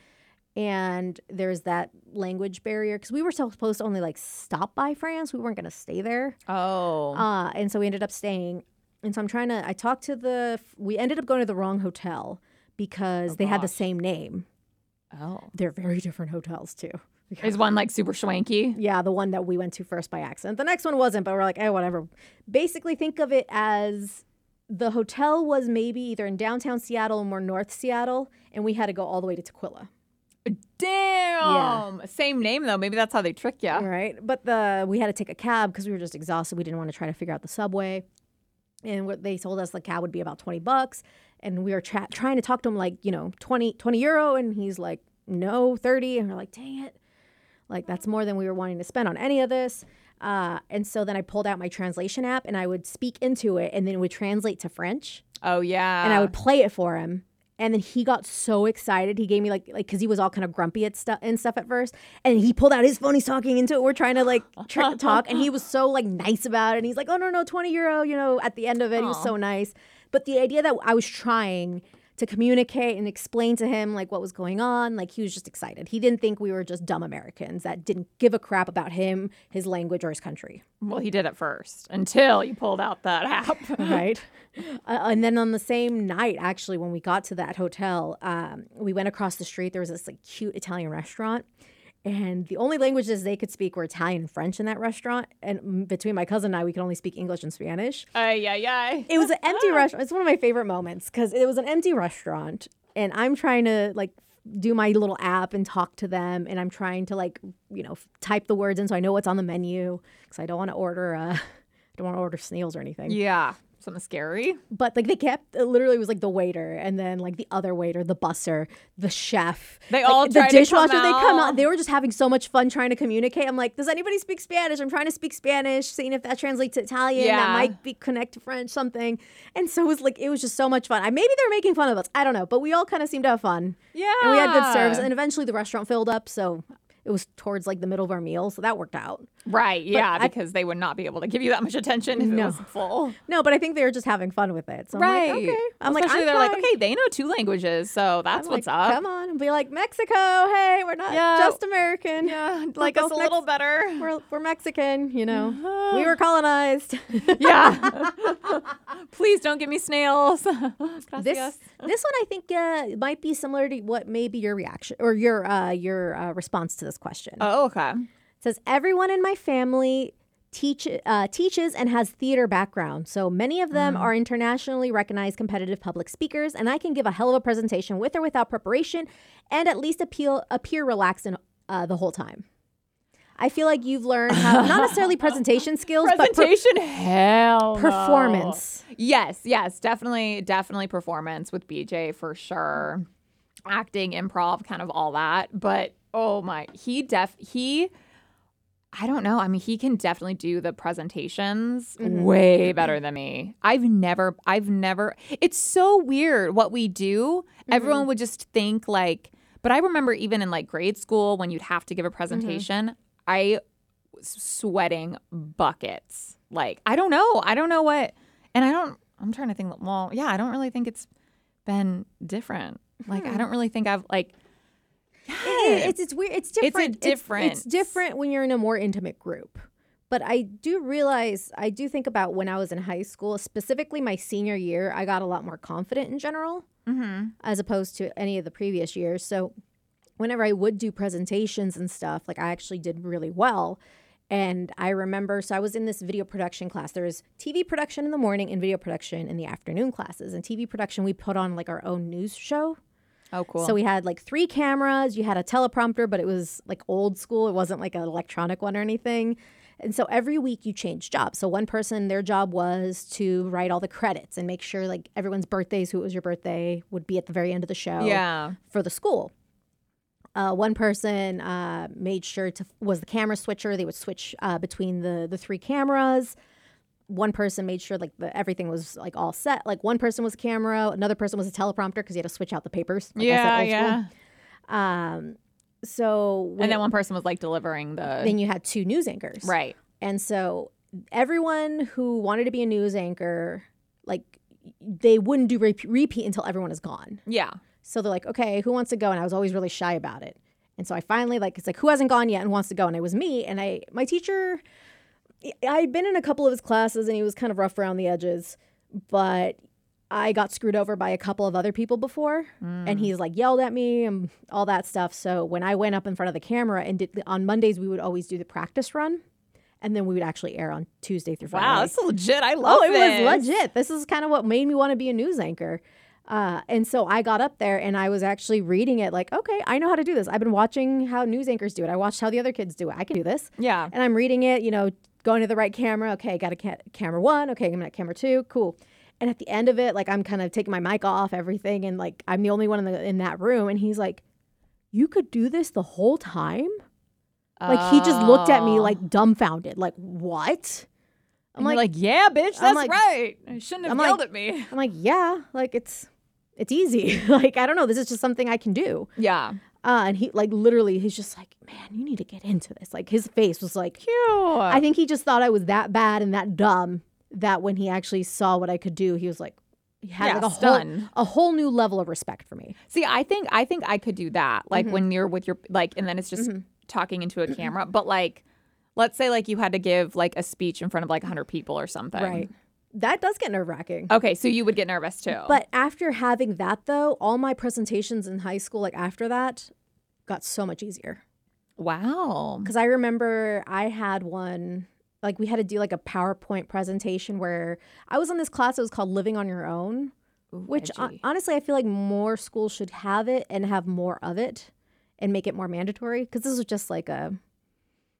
[SPEAKER 2] and there's that language barrier because we were supposed to only like stop by france we weren't going to stay there
[SPEAKER 3] Oh,
[SPEAKER 2] uh, and so we ended up staying and so i'm trying to i talked to the we ended up going to the wrong hotel because they had the
[SPEAKER 3] Oh, gosh.
[SPEAKER 2] same name
[SPEAKER 3] oh,
[SPEAKER 2] they're very different hotels too
[SPEAKER 3] is one like super swanky?
[SPEAKER 2] yeah, the one that we went to first by accident. The next one wasn't, but we're like, oh, whatever. Basically, think of it as the hotel was maybe either in downtown Seattle or more north Seattle, and we had to go all the way to Tequila.
[SPEAKER 3] Damn, same name though. Maybe that's how they trick you.
[SPEAKER 2] All right, but the we had to take a cab because we were just exhausted. We didn't want to try to figure out the subway, and what they told us the cab would be about twenty bucks, and we were tra- trying to talk to him like you know 20, 20 euro, and he's like no thirty, and we're like dang it, like that's more than we were wanting to spend on any of this. Uh, and so then I pulled out my translation app and I would speak into it, and then it would translate to French,
[SPEAKER 3] Oh yeah,
[SPEAKER 2] and I would play it for him. And then he got so excited. He gave me like like because he was all kind of grumpy at stuff and stuff at first. And he pulled out his phone. He's talking into it. We're trying to like tr- talk, and he was so like nice about it. And he's like, "Oh no no, twenty euro." You know, at the end of it, he was so nice. But the idea that I was trying to communicate and explain to him like what was going on. Like he was just excited. He didn't think we were just dumb Americans that didn't give a crap about him, his language, or his country.
[SPEAKER 3] Well, he did it first until you pulled out that app.
[SPEAKER 2] right? Uh, and then on the same night, actually, when we got to that hotel, um, we went across the street. There was this like cute Italian restaurant, and the only languages they could speak were Italian and French in that restaurant. And m- between my cousin and I, we could only speak English and Spanish.
[SPEAKER 3] Ay, ay, ay.
[SPEAKER 2] It was an empty restaurant. It's one of my favorite moments because it was an empty restaurant, and I'm trying to like do my little app and talk to them, and I'm trying to like you know f- type the words in so I know what's on the menu because I don't want to order uh, I don't want to order snails or anything
[SPEAKER 3] Yeah. Something scary.
[SPEAKER 2] but like they kept it literally was like the waiter and then like the other waiter the busser the chef
[SPEAKER 3] They
[SPEAKER 2] like,
[SPEAKER 3] all
[SPEAKER 2] the
[SPEAKER 3] tried to
[SPEAKER 2] dishwasher
[SPEAKER 3] come
[SPEAKER 2] they come
[SPEAKER 3] out.
[SPEAKER 2] out they were just having so much fun trying to communicate i'm like does anybody speak spanish i'm trying to speak spanish seeing if that translates to italian that
[SPEAKER 3] Yeah.
[SPEAKER 2] might be connect to french something and so it was like it was just so much fun I, maybe they were making fun of us i don't know but we all kind of seemed to have fun
[SPEAKER 3] Yeah.
[SPEAKER 2] and we had good service and eventually the restaurant filled up so it was towards like the middle of our meal so that worked out
[SPEAKER 3] Right. Yeah.
[SPEAKER 2] I-
[SPEAKER 3] because they would not be able to give you that much attention if
[SPEAKER 2] No.
[SPEAKER 3] it was full.
[SPEAKER 2] no but i think they were just having fun with it so i'm like okay i'm like
[SPEAKER 3] Especially
[SPEAKER 2] I'm
[SPEAKER 3] they're like,
[SPEAKER 2] fine.
[SPEAKER 3] okay, they know two languages, so that's
[SPEAKER 2] I'm
[SPEAKER 3] what's
[SPEAKER 2] like,
[SPEAKER 3] up.
[SPEAKER 2] Come on, and be like Mexico. Hey, we're not
[SPEAKER 3] Yeah.
[SPEAKER 2] just American.
[SPEAKER 3] Yeah,
[SPEAKER 2] We're
[SPEAKER 3] like us
[SPEAKER 2] both
[SPEAKER 3] a little
[SPEAKER 2] Mex-
[SPEAKER 3] better.
[SPEAKER 2] We're, we're Mexican, you know.
[SPEAKER 3] Uh-huh.
[SPEAKER 2] we were colonized.
[SPEAKER 3] yeah. Please don't give me snails.
[SPEAKER 2] this
[SPEAKER 3] Gracias.
[SPEAKER 2] this one I think uh, might be similar to what may be your reaction or your uh, your uh, response to this question.
[SPEAKER 3] Oh, okay.
[SPEAKER 2] It says everyone in my family teach uh, teaches and has theater background, so many of them are internationally recognized competitive public speakers, and I can give a hell of a presentation with or without preparation, and at least appeal appear relaxed and uh, the whole time. I feel like you've learned how, not necessarily presentation skills,
[SPEAKER 3] Presentation,
[SPEAKER 2] but
[SPEAKER 3] hell. no.
[SPEAKER 2] per- performance.
[SPEAKER 3] Yes, yes, definitely, definitely performance with BJ for sure. Acting, improv, kind of all that. But oh my, he def he. I don't know. I mean, he can definitely do the presentations way better than me. I've never, I've never. It's so weird what we do. Everyone would just think like, but I remember even in like grade school when you'd have to give a presentation, I was sweating buckets. Like, I don't know. I don't know what, and I don't, I'm trying to think, well, yeah, I don't really think it's been different. Like,
[SPEAKER 2] Hmm.
[SPEAKER 3] I don't really think I've, like,
[SPEAKER 2] It- it's it's weird. It's
[SPEAKER 3] a
[SPEAKER 2] different. It's,
[SPEAKER 3] difference.
[SPEAKER 2] different when you're in a more intimate group. But I do realize, I do think about when I was in high school, specifically my senior year, I got a lot more confident in general
[SPEAKER 3] mm-hmm.
[SPEAKER 2] as opposed to any of the previous years. So whenever I would do presentations and stuff, like I actually did really well. And I remember, so I was in this video production class. There was TV production in the morning and video production in the afternoon classes. And TV production, we put on like our own news show.
[SPEAKER 3] Oh, cool.
[SPEAKER 2] So we had like three cameras. You had a teleprompter, but it was like old school. It wasn't like an electronic one or anything. And so every week you change jobs. So one person, their job was to write all the credits and make sure like everyone's birthdays, who it was your birthday, would be at the very end of the show
[SPEAKER 3] yeah.
[SPEAKER 2] for the school. Uh, one person uh, made sure to was the camera switcher. They would switch uh, between the the three cameras. One person made sure like the, everything was like all set. Like one person was a camera, another person was a teleprompter because you had to switch out the papers. Like I said,
[SPEAKER 3] yeah,
[SPEAKER 2] old school.
[SPEAKER 3] yeah.
[SPEAKER 2] Um, so when,
[SPEAKER 3] And then one person was like delivering the
[SPEAKER 2] then you had two news anchors,
[SPEAKER 3] right.
[SPEAKER 2] And so everyone who wanted to be a news anchor, like they wouldn't do re- repeat until everyone is gone.
[SPEAKER 3] Yeah.
[SPEAKER 2] So they're like, okay, who wants to go? And I was always really shy about it. And so I finally like it's like who hasn't gone yet and wants to go? And it was me. And I my teacher, I- I'd been in a couple of his classes and he was kind of rough around the edges, but I got screwed over by a couple of other people before, and he's like yelled at me and all that stuff. So when I went up in front of the camera and did on Mondays, we would always do the practice run, and then we would actually air on Tuesday through Friday.
[SPEAKER 3] Wow, that's legit. I love
[SPEAKER 2] Oh, it
[SPEAKER 3] this.
[SPEAKER 2] was legit. This is kind of what made me want to be a news anchor. Uh, and so I got up there and I was actually reading it like, okay, I know how to do this. I've been watching how news anchors do it. I watched how the other kids do it. I can do this.
[SPEAKER 3] Yeah.
[SPEAKER 2] And I'm reading it, you know, going to the right camera. Okay, got a ca- camera one. Okay, I'm at camera two. Cool. And at the end of it, like I'm kind of taking my mic off, everything, and like I'm the only one in the in that room. And he's like, "You could do this the whole time." Like he just looked at me
[SPEAKER 3] Oh.
[SPEAKER 2] like dumbfounded, like what?
[SPEAKER 3] And you're like, yeah, bitch, that's
[SPEAKER 2] I'm like-
[SPEAKER 3] right. You shouldn't have
[SPEAKER 2] I'm
[SPEAKER 3] yelled
[SPEAKER 2] like-
[SPEAKER 3] at me.
[SPEAKER 2] I'm like, yeah, like it's it's easy. like I don't know, this is just something I can do.
[SPEAKER 3] Yeah.
[SPEAKER 2] Uh, and he like literally, he's just like, man, you need to get into this. Like his face was like,
[SPEAKER 3] Cute.
[SPEAKER 2] I think he just thought I was that bad and that dumb that when he actually saw what I could do, he was like, had
[SPEAKER 3] Yeah,
[SPEAKER 2] like a whole
[SPEAKER 3] stunned.
[SPEAKER 2] a whole new level of respect for me.
[SPEAKER 3] See, I think I think I could do that. Like when you're with your like and then it's just talking into a camera, but like let's say like you had to give like a speech in front of like 100 people or something.
[SPEAKER 2] That does get nerve wracking.
[SPEAKER 3] Okay, so you would get nervous too.
[SPEAKER 2] But after having that though, all my presentations in high school, like after that, got so much easier.
[SPEAKER 3] wow.
[SPEAKER 2] Because I remember I had one, like we had to do like a PowerPoint presentation where I was in this class that was called Living on Your Own, which hon- honestly I feel like more schools should have it and have more of it and make it more mandatory. Because this was just like a,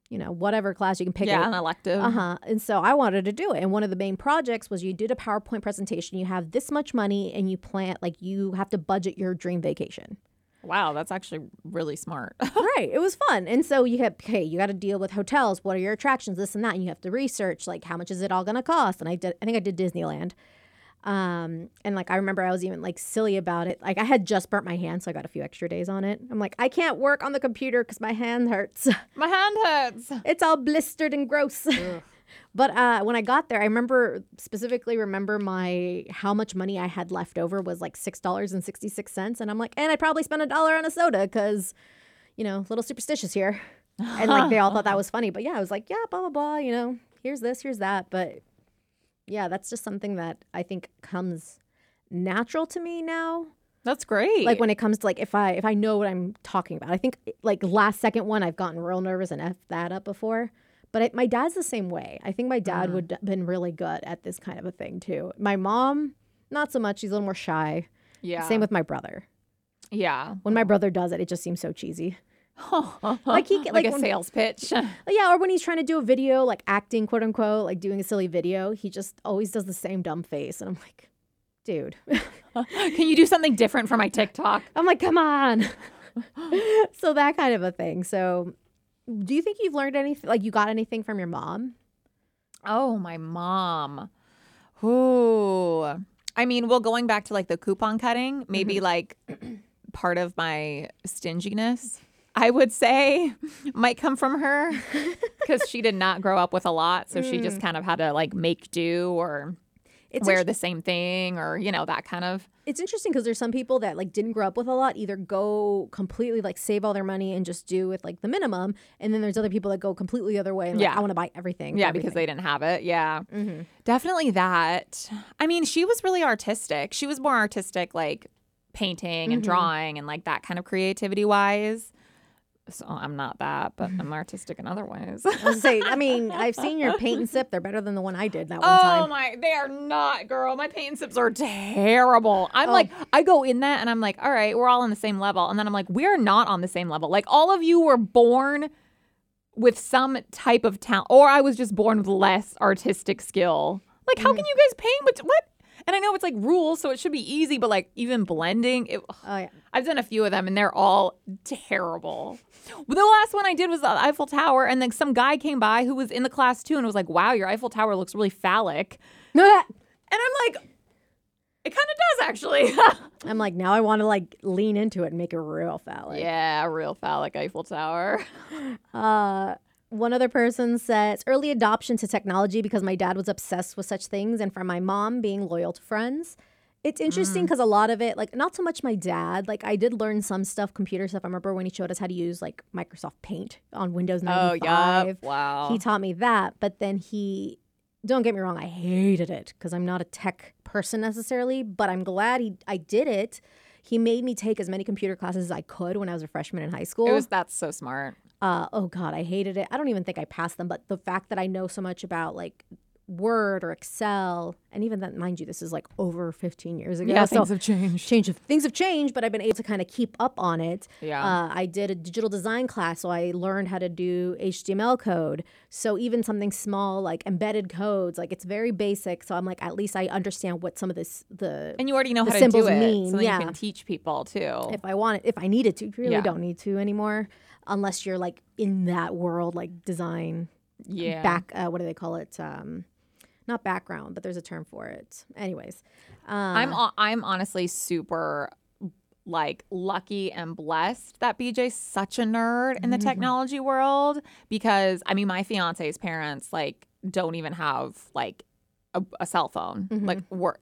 [SPEAKER 2] you know, whatever class you can pick.
[SPEAKER 3] yeah, Uh-huh.
[SPEAKER 2] it.
[SPEAKER 3] an elective.
[SPEAKER 2] Uh huh. And so I wanted to do it. And one of the main projects was you did a PowerPoint presentation, you have this much money, and you plan, like, you have to budget your dream vacation.
[SPEAKER 3] Wow, that's actually really smart.
[SPEAKER 2] right. It was fun. And so you have, okay, you got to deal with hotels. What are your attractions? This and that. And you have to research, like, how much is it all going to cost? And I did, I think I did Disneyland. Um, and like, I remember I was even like silly about it. Like, I had just burnt my hand, so I got a few extra days on it. I'm like, I can't work on the computer because my hand hurts.
[SPEAKER 3] My hand hurts.
[SPEAKER 2] it's all blistered and gross. but uh, when I got there, I remember specifically remember my how much money I had left over was like six dollars and sixty six cents, and I'm like, and I probably spent a dollar on a soda because, you know, a little superstitious here, and like they all thought that was funny. But yeah, I was like, yeah, blah blah blah, you know, here's this, here's that, but yeah, that's just something that I think comes natural to me now
[SPEAKER 3] That's great.
[SPEAKER 2] like when it comes to like if i if i know what i'm talking about i think like last second one i've gotten real nervous and f that up before but it, my dad's the same way i think my dad would have been really good at this kind of a thing too my mom not so much she's a little more shy
[SPEAKER 3] yeah.
[SPEAKER 2] same with my brother
[SPEAKER 3] yeah.
[SPEAKER 2] when my brother does it it just seems so cheesy
[SPEAKER 3] like
[SPEAKER 2] he- like
[SPEAKER 3] like a
[SPEAKER 2] when-
[SPEAKER 3] sales pitch.
[SPEAKER 2] But yeah or when he's trying to do a video like acting quote unquote like doing a silly video he just always does the same dumb face and i'm like dude
[SPEAKER 3] Can you do something different for my TikTok?
[SPEAKER 2] i'm like come on so that kind of a thing so do you think you've learned anything like you got anything from your mom
[SPEAKER 3] Oh, my mom. Ooh. I mean, well, going back to like the coupon cutting, maybe like part of my stinginess, I would say, might come from her because she did not grow up with a lot. So she just kind of had to like make do or
[SPEAKER 2] It's
[SPEAKER 3] wear
[SPEAKER 2] int-
[SPEAKER 3] the same thing or, you know, that kind of.
[SPEAKER 2] it's interesting because there's some people that like didn't grow up with a lot either go completely like save all their money and just do with like the minimum and then there's other people that go completely the other way and like,
[SPEAKER 3] Yeah.
[SPEAKER 2] i want to buy everything Mm-hmm.
[SPEAKER 3] Yeah, because they didn't have it. Yeah. Definitely that. I mean, she was really artistic. She was more artistic, like painting and drawing and like that kind of creativity wise. So I'm not that, but I'm artistic in other ways.
[SPEAKER 2] I was gonna say, I mean, I've seen your paint and sip. They're better than the one I did that one
[SPEAKER 3] Oh
[SPEAKER 2] time.
[SPEAKER 3] my, they are not, girl. My paint and sips are terrible. I'm
[SPEAKER 2] Oh.
[SPEAKER 3] like, I go in that and I'm like, all right, we're all on the same level. And then I'm like, we're not on the same level. Like, all of you were born with some type of talent, or I was just born with less artistic skill. Like, how
[SPEAKER 2] Mm.
[SPEAKER 3] can you guys paint? With, what? And I know it's like rules, so it should be easy, but like, even blending, it,
[SPEAKER 2] Oh, yeah.
[SPEAKER 3] I've done a few of them and they're all terrible. Well, The last one I did was the Eiffel Tower, and then some guy came by who was in the class too and was like, Wow, your Eiffel Tower looks really phallic.
[SPEAKER 2] No, that-
[SPEAKER 3] And I'm like, It kind of does actually.
[SPEAKER 2] I'm like, now I want to like lean into it and make it real phallic.
[SPEAKER 3] yeah, real phallic Eiffel Tower.
[SPEAKER 2] Uh, one other person says early adoption to technology because my dad was obsessed with such things, and from my mom being loyal to friends. It's
[SPEAKER 3] Mm.
[SPEAKER 2] interesting because a lot of it, like not so much my dad, like I did learn some stuff, computer stuff. I remember when he showed us how to use like Microsoft Paint on Windows 95.
[SPEAKER 3] Oh, Wow.
[SPEAKER 2] He taught me that, but then he, don't get me wrong, I hated it because I'm not a tech person necessarily, but I'm glad he, I did it. He made me take as many computer classes as I could when I was a freshman in high school
[SPEAKER 3] it was that's so smart.
[SPEAKER 2] uh, oh god i hated it i don't even think i passed them but the fact that i know so much about like word or excel and even that mind you this is like over 15 years ago so
[SPEAKER 3] have changed.
[SPEAKER 2] change of things have changed but i've been able to kind of keep up on it
[SPEAKER 3] Yeah.
[SPEAKER 2] uh, i did a digital design class so i learned how to do html code so even something small like embedded codes like it's very basic so i'm like at least i understand what some of this the
[SPEAKER 3] And you already know
[SPEAKER 2] The
[SPEAKER 3] how to do
[SPEAKER 2] symbols
[SPEAKER 3] it.
[SPEAKER 2] mean,
[SPEAKER 3] so then
[SPEAKER 2] yeah.
[SPEAKER 3] you can teach people too.
[SPEAKER 2] if I wanted, if I needed to. You really
[SPEAKER 3] Yeah.
[SPEAKER 2] don't need to anymore, unless you're like in that world, like design.
[SPEAKER 3] Yeah.
[SPEAKER 2] Back. Uh, what do they call it? Um, not background, but there's a term for it. Anyways, um,
[SPEAKER 3] I'm o- I'm honestly super like lucky and blessed that BJ's such a nerd in the technology world because I mean my fiance's parents like don't even have like a, a cell phone. Like we're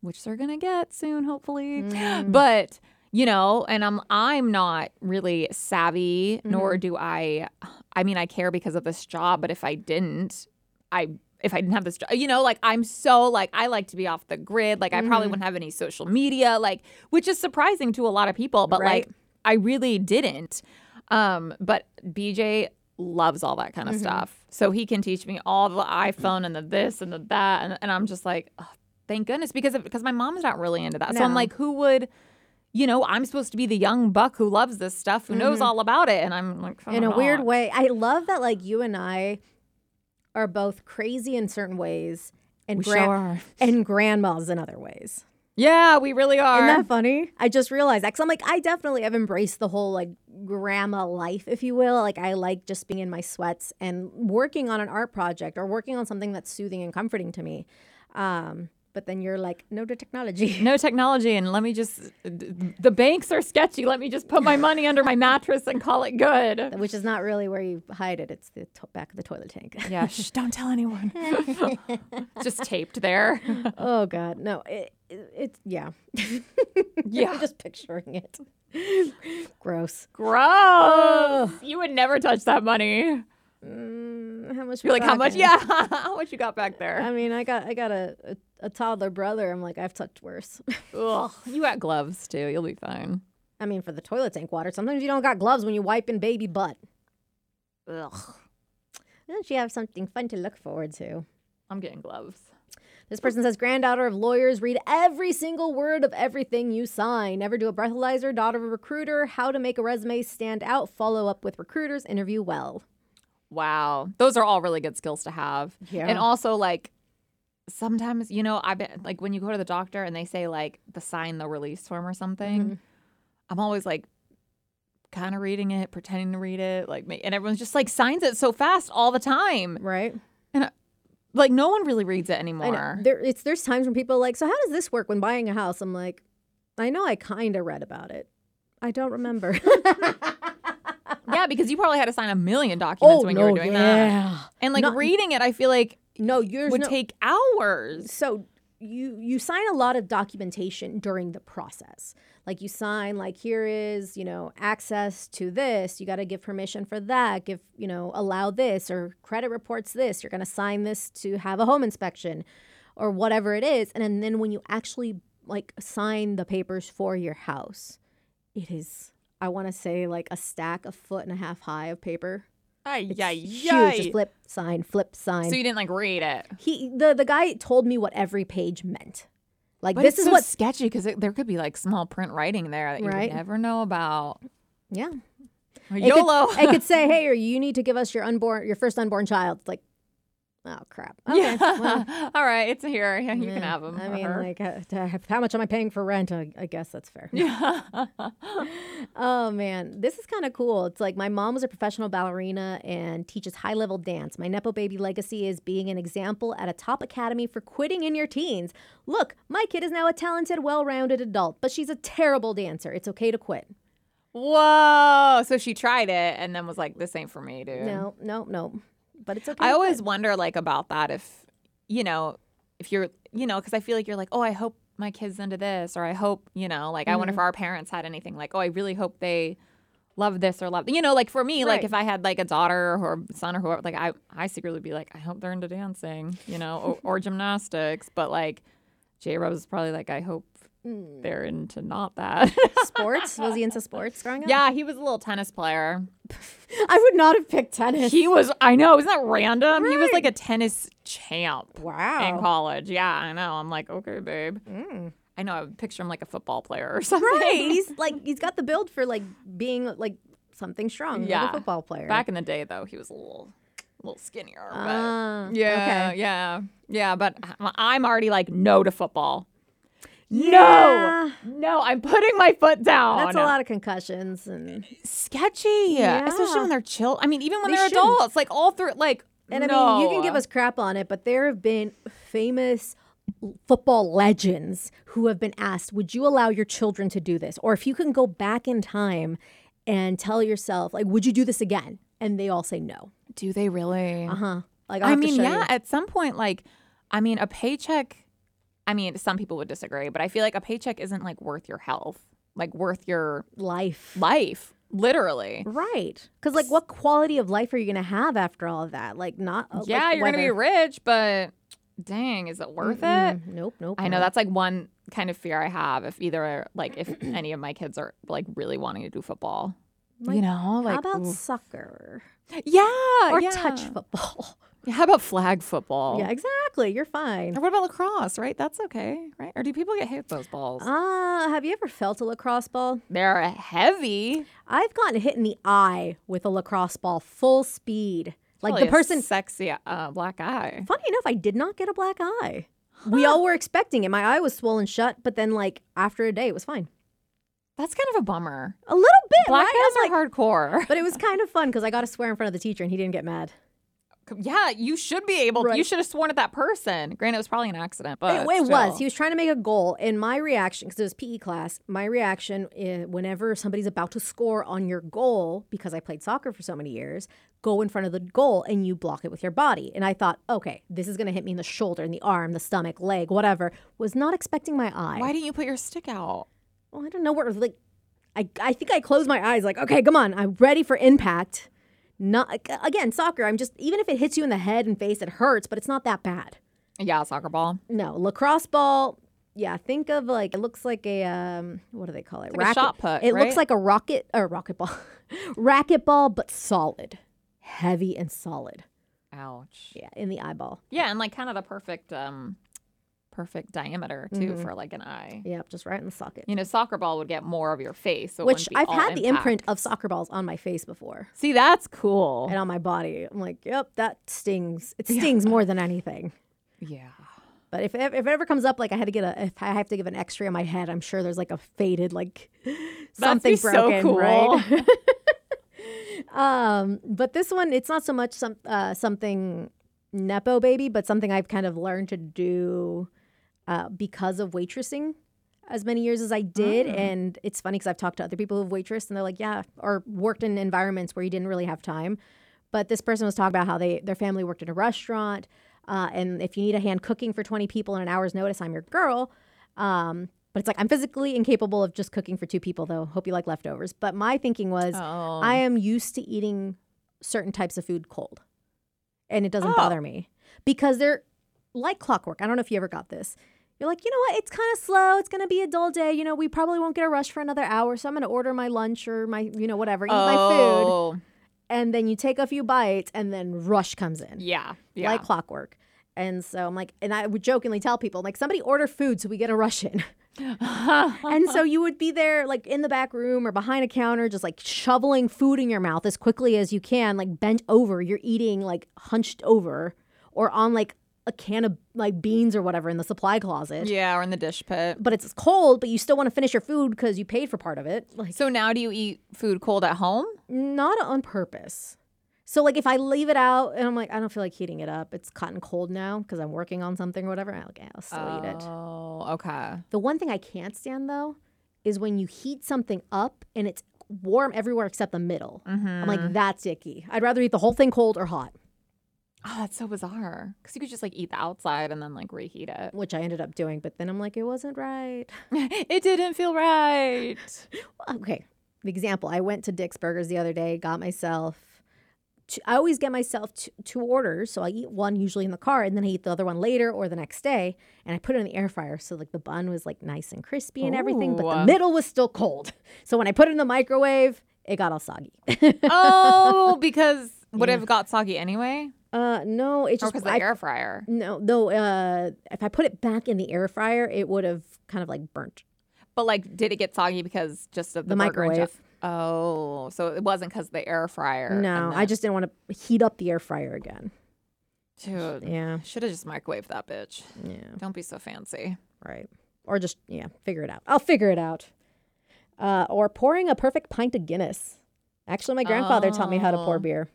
[SPEAKER 3] which they're gonna get soon, hopefully.
[SPEAKER 2] mm, Mm-hmm.
[SPEAKER 3] But you know, and I'm I'm not really savvy,
[SPEAKER 2] Mm-hmm.
[SPEAKER 3] nor do I. I mean, I care because of this job, but if I didn't, I if I didn't have this job, you know, like I'm so like I like to be off the grid. Like I
[SPEAKER 2] Mm-hmm.
[SPEAKER 3] probably wouldn't have any social media, like which is surprising to a lot of people, but
[SPEAKER 2] Right.
[SPEAKER 3] like I really didn't. Um, but BJ loves all that
[SPEAKER 2] Mm-hmm.
[SPEAKER 3] kind of stuff. So he can teach me all the iPhone and the this and the that. And, and I'm just like, oh, thank goodness, because of, because my mom's not really into that. So I'm
[SPEAKER 2] No.
[SPEAKER 3] like, who would, you know, I'm supposed to be the young buck who loves this stuff, who knows all about it. And I'm like, "Oh,
[SPEAKER 2] in a
[SPEAKER 3] "I'm
[SPEAKER 2] weird
[SPEAKER 3] not."
[SPEAKER 2] way. I love that like you and I are both crazy in certain ways and
[SPEAKER 3] We sure
[SPEAKER 2] gran-
[SPEAKER 3] are.
[SPEAKER 2] and grandmas in other ways.
[SPEAKER 3] Yeah, we really are.
[SPEAKER 2] Isn't that funny? I just realized that because I'm like, I definitely have embraced the whole like grandma life, if you will. Like, I like just being in my sweats and working on an art project or working on something that's soothing and comforting to me. Um, but then you're like, no to technology.
[SPEAKER 3] no technology and let me just the banks are sketchy let me just put my money under my mattress and call it good
[SPEAKER 2] Which is not really where you hide it. It's the to- back of the toilet tank.
[SPEAKER 3] yeah shh, don't tell anyone just taped there
[SPEAKER 2] oh God, no! It, it, it's yeah.
[SPEAKER 3] yeah
[SPEAKER 2] I'm just picturing it. Gross.
[SPEAKER 3] gross you would never touch that money
[SPEAKER 2] Mm, how much?
[SPEAKER 3] you're
[SPEAKER 2] we
[SPEAKER 3] like how much
[SPEAKER 2] talking?
[SPEAKER 3] yeah how much you got back there
[SPEAKER 2] I mean, I got I got a, a, a toddler brother. I'm like, I've touched worse.
[SPEAKER 3] Ugh. you got gloves too you'll be fine
[SPEAKER 2] I mean, for the toilet tank water, sometimes you don't got gloves when you're wiping baby butt.
[SPEAKER 3] Ugh.
[SPEAKER 2] Don't you have something fun to look forward to?
[SPEAKER 3] i'm getting gloves
[SPEAKER 2] This person says, granddaughter of lawyers, read every single word of everything you sign. Never do a breathalyzer, daughter of a recruiter, how to make a resume stand out, follow up with recruiters, interview well.
[SPEAKER 3] Wow. Those are all really good skills to have.
[SPEAKER 2] Yeah.
[SPEAKER 3] And also like sometimes, you know, I bet like when you go to the doctor and they say like the sign the release form or something,
[SPEAKER 2] Mm-hmm.
[SPEAKER 3] I'm always like kind of reading it, pretending to read it, like ma- and everyone's just like signs it so fast all the time.
[SPEAKER 2] Right?
[SPEAKER 3] Like no one really reads it
[SPEAKER 2] I know.
[SPEAKER 3] anymore.
[SPEAKER 2] There, it's, there's times when people are like, so how does this work when buying a house? I'm like, I know I kind of read about it. I don't remember.
[SPEAKER 3] yeah, because you probably had to sign a million documents when you were doing that. And like
[SPEAKER 2] Oh, Not-
[SPEAKER 3] reading it, I feel like
[SPEAKER 2] No, yours
[SPEAKER 3] would
[SPEAKER 2] no,
[SPEAKER 3] take hours.
[SPEAKER 2] so you you sign a lot of documentation during the process like you sign like here is you know access to this you got to give permission for that give you know allow this or credit reports this you're going to sign this to have a home inspection or whatever it is and, and then when you actually like sign the papers for your house it is i want to say like a stack a foot and a half high of paper
[SPEAKER 3] Ay,
[SPEAKER 2] it's
[SPEAKER 3] yay,
[SPEAKER 2] huge Just flip sign flip sign
[SPEAKER 3] So you didn't like read it.
[SPEAKER 2] he the the guy told me what every page meant. Like
[SPEAKER 3] But
[SPEAKER 2] this
[SPEAKER 3] it's
[SPEAKER 2] is
[SPEAKER 3] so
[SPEAKER 2] what
[SPEAKER 3] sketchy because there could be like small print writing there that
[SPEAKER 2] Right.
[SPEAKER 3] you never know about.
[SPEAKER 2] yeah.
[SPEAKER 3] Or
[SPEAKER 2] It could-
[SPEAKER 3] YOLO.
[SPEAKER 2] It could, say, "Hey, or you need to give us your unborn your first unborn child." It's like, oh crap. Okay.
[SPEAKER 3] yeah.
[SPEAKER 2] well,
[SPEAKER 3] All right, it's here. Yeah, you
[SPEAKER 2] yeah.
[SPEAKER 3] can have them.
[SPEAKER 2] I mean, like, uh, to- how much am I paying for rent? I, I guess that's fair. Oh man, this is kind of cool. It's like my mom was a professional ballerina and teaches high level dance. My Nepo baby legacy is being an example at a top academy for quitting in your teens. Look, my kid is now a talented, well rounded adult, but she's a terrible dancer. It's okay to quit.
[SPEAKER 3] Whoa! So she tried it and then was like, "This ain't for me, dude."
[SPEAKER 2] No, no, no. But it's okay.
[SPEAKER 3] I always wonder like about that if you know if you're you know because I feel like you're like, "Oh, I hope my kids into this," or I hope you know like I wonder
[SPEAKER 2] Mm-hmm.
[SPEAKER 3] if our parents had anything like, "Oh, I really hope they." Love this or love, you know, like for me, like
[SPEAKER 2] Right.
[SPEAKER 3] if I had like a daughter or son or whoever, like I, I secretly would be like, I hope they're into dancing, you know, or, or gymnastics. But like, J. Rob is probably like, I hope
[SPEAKER 2] Mm.
[SPEAKER 3] they're into not that.
[SPEAKER 2] sports. Was he into sports growing up?
[SPEAKER 3] Yeah, he was a little tennis player.
[SPEAKER 2] I would not have picked tennis.
[SPEAKER 3] He was, I know, isn't that random? He was like a tennis champ in
[SPEAKER 2] wow.
[SPEAKER 3] college. Yeah, I know. I'm like, okay, babe. I know. I would picture him like a football player or something.
[SPEAKER 2] Mm. Right. He's like he's got the build for like being like something strong, like
[SPEAKER 3] Yeah.
[SPEAKER 2] a football player.
[SPEAKER 3] Back in the day, though, he was a little, little skinnier. But
[SPEAKER 2] Ah,
[SPEAKER 3] yeah,
[SPEAKER 2] okay.
[SPEAKER 3] yeah, yeah. But I'm- I'm already like no to football.
[SPEAKER 2] Yeah.
[SPEAKER 3] No, no, I'm putting my foot down.
[SPEAKER 2] That's a lot of concussions and
[SPEAKER 3] sketchy, especially when they're chill. I mean, even when
[SPEAKER 2] They
[SPEAKER 3] they are
[SPEAKER 2] shouldn't.
[SPEAKER 3] adults, like all through, like.
[SPEAKER 2] and I
[SPEAKER 3] no.
[SPEAKER 2] mean you can give us crap on it, but there have been famous football legends who have been asked, "Would you allow your children to do this?" Or if you can go back in time and tell yourself, like, "Would you do this again?" And they all say no.
[SPEAKER 3] Do they really?
[SPEAKER 2] Uh huh. Like I'll
[SPEAKER 3] I
[SPEAKER 2] have to
[SPEAKER 3] mean,
[SPEAKER 2] show
[SPEAKER 3] yeah,
[SPEAKER 2] you.
[SPEAKER 3] at some point, like, I mean, a paycheck I mean, some people would disagree, but I feel like a paycheck isn't like worth your health, like worth your
[SPEAKER 2] life.
[SPEAKER 3] life, literally.
[SPEAKER 2] Right. Because, like, what quality of life are you going to have after all of that? Like, not. uh,
[SPEAKER 3] yeah,
[SPEAKER 2] like,
[SPEAKER 3] you're gonna be
[SPEAKER 2] whether-
[SPEAKER 3] rich, but dang, is it worth it?
[SPEAKER 2] Mm, Nope, nope.
[SPEAKER 3] I know
[SPEAKER 2] nope.
[SPEAKER 3] that's like one kind of fear I have. If either like if any of my kids are like really wanting to do football,
[SPEAKER 2] Like,
[SPEAKER 3] you know, like
[SPEAKER 2] How about
[SPEAKER 3] ooh.
[SPEAKER 2] soccer
[SPEAKER 3] yeah
[SPEAKER 2] or
[SPEAKER 3] yeah.
[SPEAKER 2] touch football?
[SPEAKER 3] How about flag football?
[SPEAKER 2] Yeah, exactly. You're fine.
[SPEAKER 3] Or what about lacrosse? Right, that's okay, right? Or do people get hit with those balls?
[SPEAKER 2] Uh, have you ever felt a lacrosse ball?
[SPEAKER 3] They're heavy.
[SPEAKER 2] I've gotten hit in the eye with a lacrosse ball full speed. Like
[SPEAKER 3] Probably
[SPEAKER 2] the
[SPEAKER 3] a
[SPEAKER 2] person,
[SPEAKER 3] sexy uh, black eye.
[SPEAKER 2] funny enough, I did not get a black eye. We all were expecting it. My eye was swollen shut, but then, like, after a day, it was fine.
[SPEAKER 3] That's kind of a bummer.
[SPEAKER 2] A little bit.
[SPEAKER 3] Black
[SPEAKER 2] right? I was
[SPEAKER 3] eyes
[SPEAKER 2] like,
[SPEAKER 3] are hardcore.
[SPEAKER 2] But it was kind of fun because I got to swear in front of the teacher and he didn't get mad.
[SPEAKER 3] Yeah, you should be able. You
[SPEAKER 2] Right.
[SPEAKER 3] should have sworn at that person. Granted, it was probably an accident, but
[SPEAKER 2] it, it was.
[SPEAKER 3] still.
[SPEAKER 2] He was trying to make a goal. And my reaction, because it was PE class, my reaction i- whenever somebody's about to score on your goal, because I played soccer for so many years, go in front of the goal and you block it with your body. And I thought, okay, this is going to hit me in the shoulder, in the arm, the stomach, leg, whatever. Was not expecting my eye.
[SPEAKER 3] Why didn't you put your stick out?
[SPEAKER 2] well, I don't know where, like, I, I think I closed my eyes, like, okay, come on, I'm ready for impact. Not again, soccer. I'm just even if it hits you in the head and face, it hurts, but it's not that bad.
[SPEAKER 3] Yeah, soccer ball.
[SPEAKER 2] No, lacrosse ball. Yeah, think of like it looks like a um, what do they call it?
[SPEAKER 3] like a shot put,
[SPEAKER 2] It
[SPEAKER 3] right?
[SPEAKER 2] looks like a rocket or rocket ball, racket ball, but solid, heavy and solid.
[SPEAKER 3] Ouch.
[SPEAKER 2] Yeah, in the eyeball.
[SPEAKER 3] Yeah, and like kind of the perfect um perfect diameter too
[SPEAKER 2] Mm-hmm.
[SPEAKER 3] for like an eye.
[SPEAKER 2] Yep, just right in the socket.
[SPEAKER 3] You know, soccer ball would get more of your face. So it
[SPEAKER 2] Which
[SPEAKER 3] wouldn't be
[SPEAKER 2] I've
[SPEAKER 3] all
[SPEAKER 2] had the imprint
[SPEAKER 3] impact.
[SPEAKER 2] of soccer balls on my face before
[SPEAKER 3] See, that's cool.
[SPEAKER 2] and on my body. I'm like, yep, that stings. It stings more than anything.
[SPEAKER 3] Yeah.
[SPEAKER 2] But if, if it ever comes up, like I had to get a, if I have to give an X-ray on my head, I'm sure there's like a faded, like
[SPEAKER 3] That'd
[SPEAKER 2] something
[SPEAKER 3] be so
[SPEAKER 2] broken,
[SPEAKER 3] cool.
[SPEAKER 2] right? um, but this one, it's not so much some uh, something nepo baby, but something I've kind of learned to do uh, because of waitressing as many years as I did. And it's funny because I've talked to other people who've waitressed and they're like, yeah, or worked in environments where you didn't really have time. But this person was talking about how they their family worked in a restaurant. Uh, and if you need a hand cooking for 20 people in an hour's notice, I'm your girl. Um, but it's like, I'm physically incapable of just cooking for two people, though. Hope you like leftovers. But my thinking was,
[SPEAKER 3] Oh.
[SPEAKER 2] I am used to eating certain types of food cold, and it doesn't
[SPEAKER 3] Oh.
[SPEAKER 2] bother me because they're like clockwork. I don't know if you ever got this. You're like, you know what? It's kind of slow. It's gonna be a dull day. You know, we probably won't get a rush for another hour, so I'm gonna order my lunch or my, you know, whatever, eat my food,
[SPEAKER 3] oh.
[SPEAKER 2] and then you take a few bites, and then rush comes in
[SPEAKER 3] Yeah. Yeah.
[SPEAKER 2] like clockwork. And so I'm like, and I would jokingly tell people, like, somebody order food so we get a rush in. and so you would be there, like, in the back room or behind a counter, just like shoveling food in your mouth as quickly as you can, like, bent over. You're eating, like, hunched over or on, like, a can of, like, beans or whatever in the supply closet.
[SPEAKER 3] yeah, or in the dish pit.
[SPEAKER 2] But it's cold, but you still want to finish your food because you paid for part of it. Like,
[SPEAKER 3] So now do you eat food cold at home?
[SPEAKER 2] not on purpose. So like if I leave it out and I'm like I don't feel like heating it up, it's cotton cold now because I'm working on something or whatever. I like I'll still eat it.
[SPEAKER 3] Oh, okay.
[SPEAKER 2] The one thing I can't stand though is when you heat something up and it's warm everywhere except the middle.
[SPEAKER 3] Mm-hmm.
[SPEAKER 2] I'm like that's icky. I'd rather eat the whole thing cold or hot,
[SPEAKER 3] Oh, that's so bizarre. Because you could just like eat the outside and then like reheat it.
[SPEAKER 2] which I ended up doing. But then I'm like it wasn't right.
[SPEAKER 3] it didn't feel right.
[SPEAKER 2] okay the example i went to dick's burgers the other day got myself two, i always get myself two, two orders so i eat one usually in the car and then i eat the other one later or the next day and i put it in the air fryer so like the bun was like nice and crispy and everything but the
[SPEAKER 3] Ooh.
[SPEAKER 2] middle was still cold so when i put it in the microwave it got all soggy
[SPEAKER 3] oh, because would it have got soggy anyway?
[SPEAKER 2] uh no it
[SPEAKER 3] Or
[SPEAKER 2] just
[SPEAKER 3] because Oh, the
[SPEAKER 2] I-
[SPEAKER 3] air fryer?
[SPEAKER 2] no no uh if i put it back in the air fryer it would have kind of like burnt
[SPEAKER 3] But like, did it get soggy because just of the,
[SPEAKER 2] The
[SPEAKER 3] burger and ju-
[SPEAKER 2] microwave.
[SPEAKER 3] Oh, so it wasn't because the air fryer. and
[SPEAKER 2] no i
[SPEAKER 3] then-
[SPEAKER 2] just didn't want to heat up the air fryer again
[SPEAKER 3] dude
[SPEAKER 2] yeah
[SPEAKER 3] should have just microwaved that bitch.
[SPEAKER 2] yeah
[SPEAKER 3] Don't be so fancy.
[SPEAKER 2] Right. Or just, yeah, figure it out. I'll figure it out. Uh, or pouring a perfect pint of Guinness. Actually, my grandfather taught me how to pour
[SPEAKER 3] Oh.
[SPEAKER 2] beer.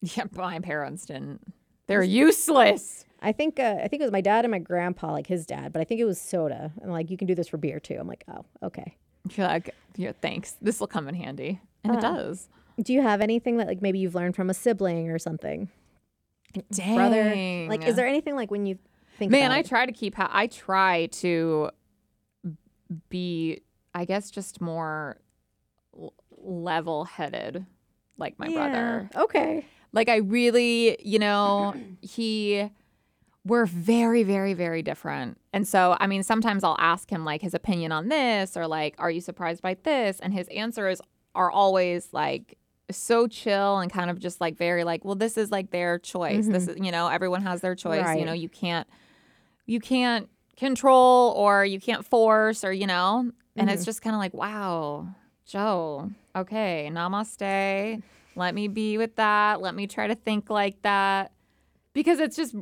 [SPEAKER 3] Yeah, my parents didn't. They're useless.
[SPEAKER 2] I think uh, I think it was my dad and my grandpa, like his dad, but I think it was soda. And like, you can do this for beer too. I'm like, oh, okay.
[SPEAKER 3] You're like, yeah, thanks. This will come in handy, and it does.
[SPEAKER 2] Do you have anything that like maybe you've learned from a sibling or something,
[SPEAKER 3] Dang.
[SPEAKER 2] brother? Like, is there anything like when you think
[SPEAKER 3] Man,
[SPEAKER 2] about
[SPEAKER 3] I
[SPEAKER 2] it.
[SPEAKER 3] try to keep ho- I try to be I guess just more l- level-headed like my brother.
[SPEAKER 2] Yeah. Okay.
[SPEAKER 3] Like I really, you know, he we're very very very different. And so, I mean, sometimes I'll ask him like his opinion on this or like are you surprised by this? And his answers are always like so chill and kind of just like very like, well, this is like their choice. This is, you know, everyone has their choice.
[SPEAKER 2] Right.
[SPEAKER 3] You know, you can't you can't control or you can't force or you know. And it's just kind of like, wow, Joe, okay, namaste. Let me be with that. Let me try to think like that because it's just uh,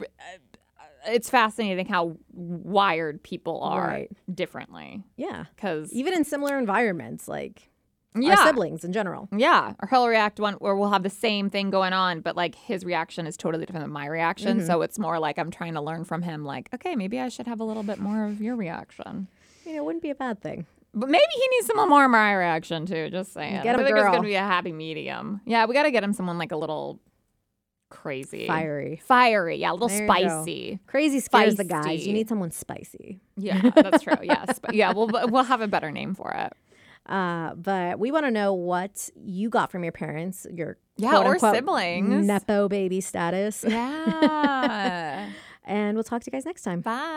[SPEAKER 3] it's fascinating how wired people are
[SPEAKER 2] Right.
[SPEAKER 3] differently
[SPEAKER 2] Yeah.
[SPEAKER 3] because
[SPEAKER 2] Even in similar environments, like our
[SPEAKER 3] yeah
[SPEAKER 2] siblings in general.
[SPEAKER 3] yeah or he'll react one or we'll have the same thing going on but like his reaction is totally different than my reaction so it's more like i'm trying to learn from him like okay maybe i should have a little bit more of your reaction
[SPEAKER 2] You know, it wouldn't be a bad thing.
[SPEAKER 3] but maybe he needs some more of my reaction too just saying
[SPEAKER 2] Get him
[SPEAKER 3] i
[SPEAKER 2] a
[SPEAKER 3] feel like it's
[SPEAKER 2] girl.
[SPEAKER 3] gonna be a happy medium yeah we gotta get him someone like a little crazy
[SPEAKER 2] Fiery.
[SPEAKER 3] fiery yeah a little
[SPEAKER 2] There you go.
[SPEAKER 3] spicy
[SPEAKER 2] Crazy scares the guys.
[SPEAKER 3] Feisty.
[SPEAKER 2] You need someone spicy.
[SPEAKER 3] Yeah, that's true. Yes. But yeah, we'll we'll have a better name for it.
[SPEAKER 2] Uh, but we want to know what you got from your parents, your
[SPEAKER 3] Yeah,
[SPEAKER 2] quote,
[SPEAKER 3] or
[SPEAKER 2] unquote,
[SPEAKER 3] siblings.
[SPEAKER 2] nepo baby status,
[SPEAKER 3] Yeah.
[SPEAKER 2] and we'll talk to you guys next time.
[SPEAKER 3] Bye.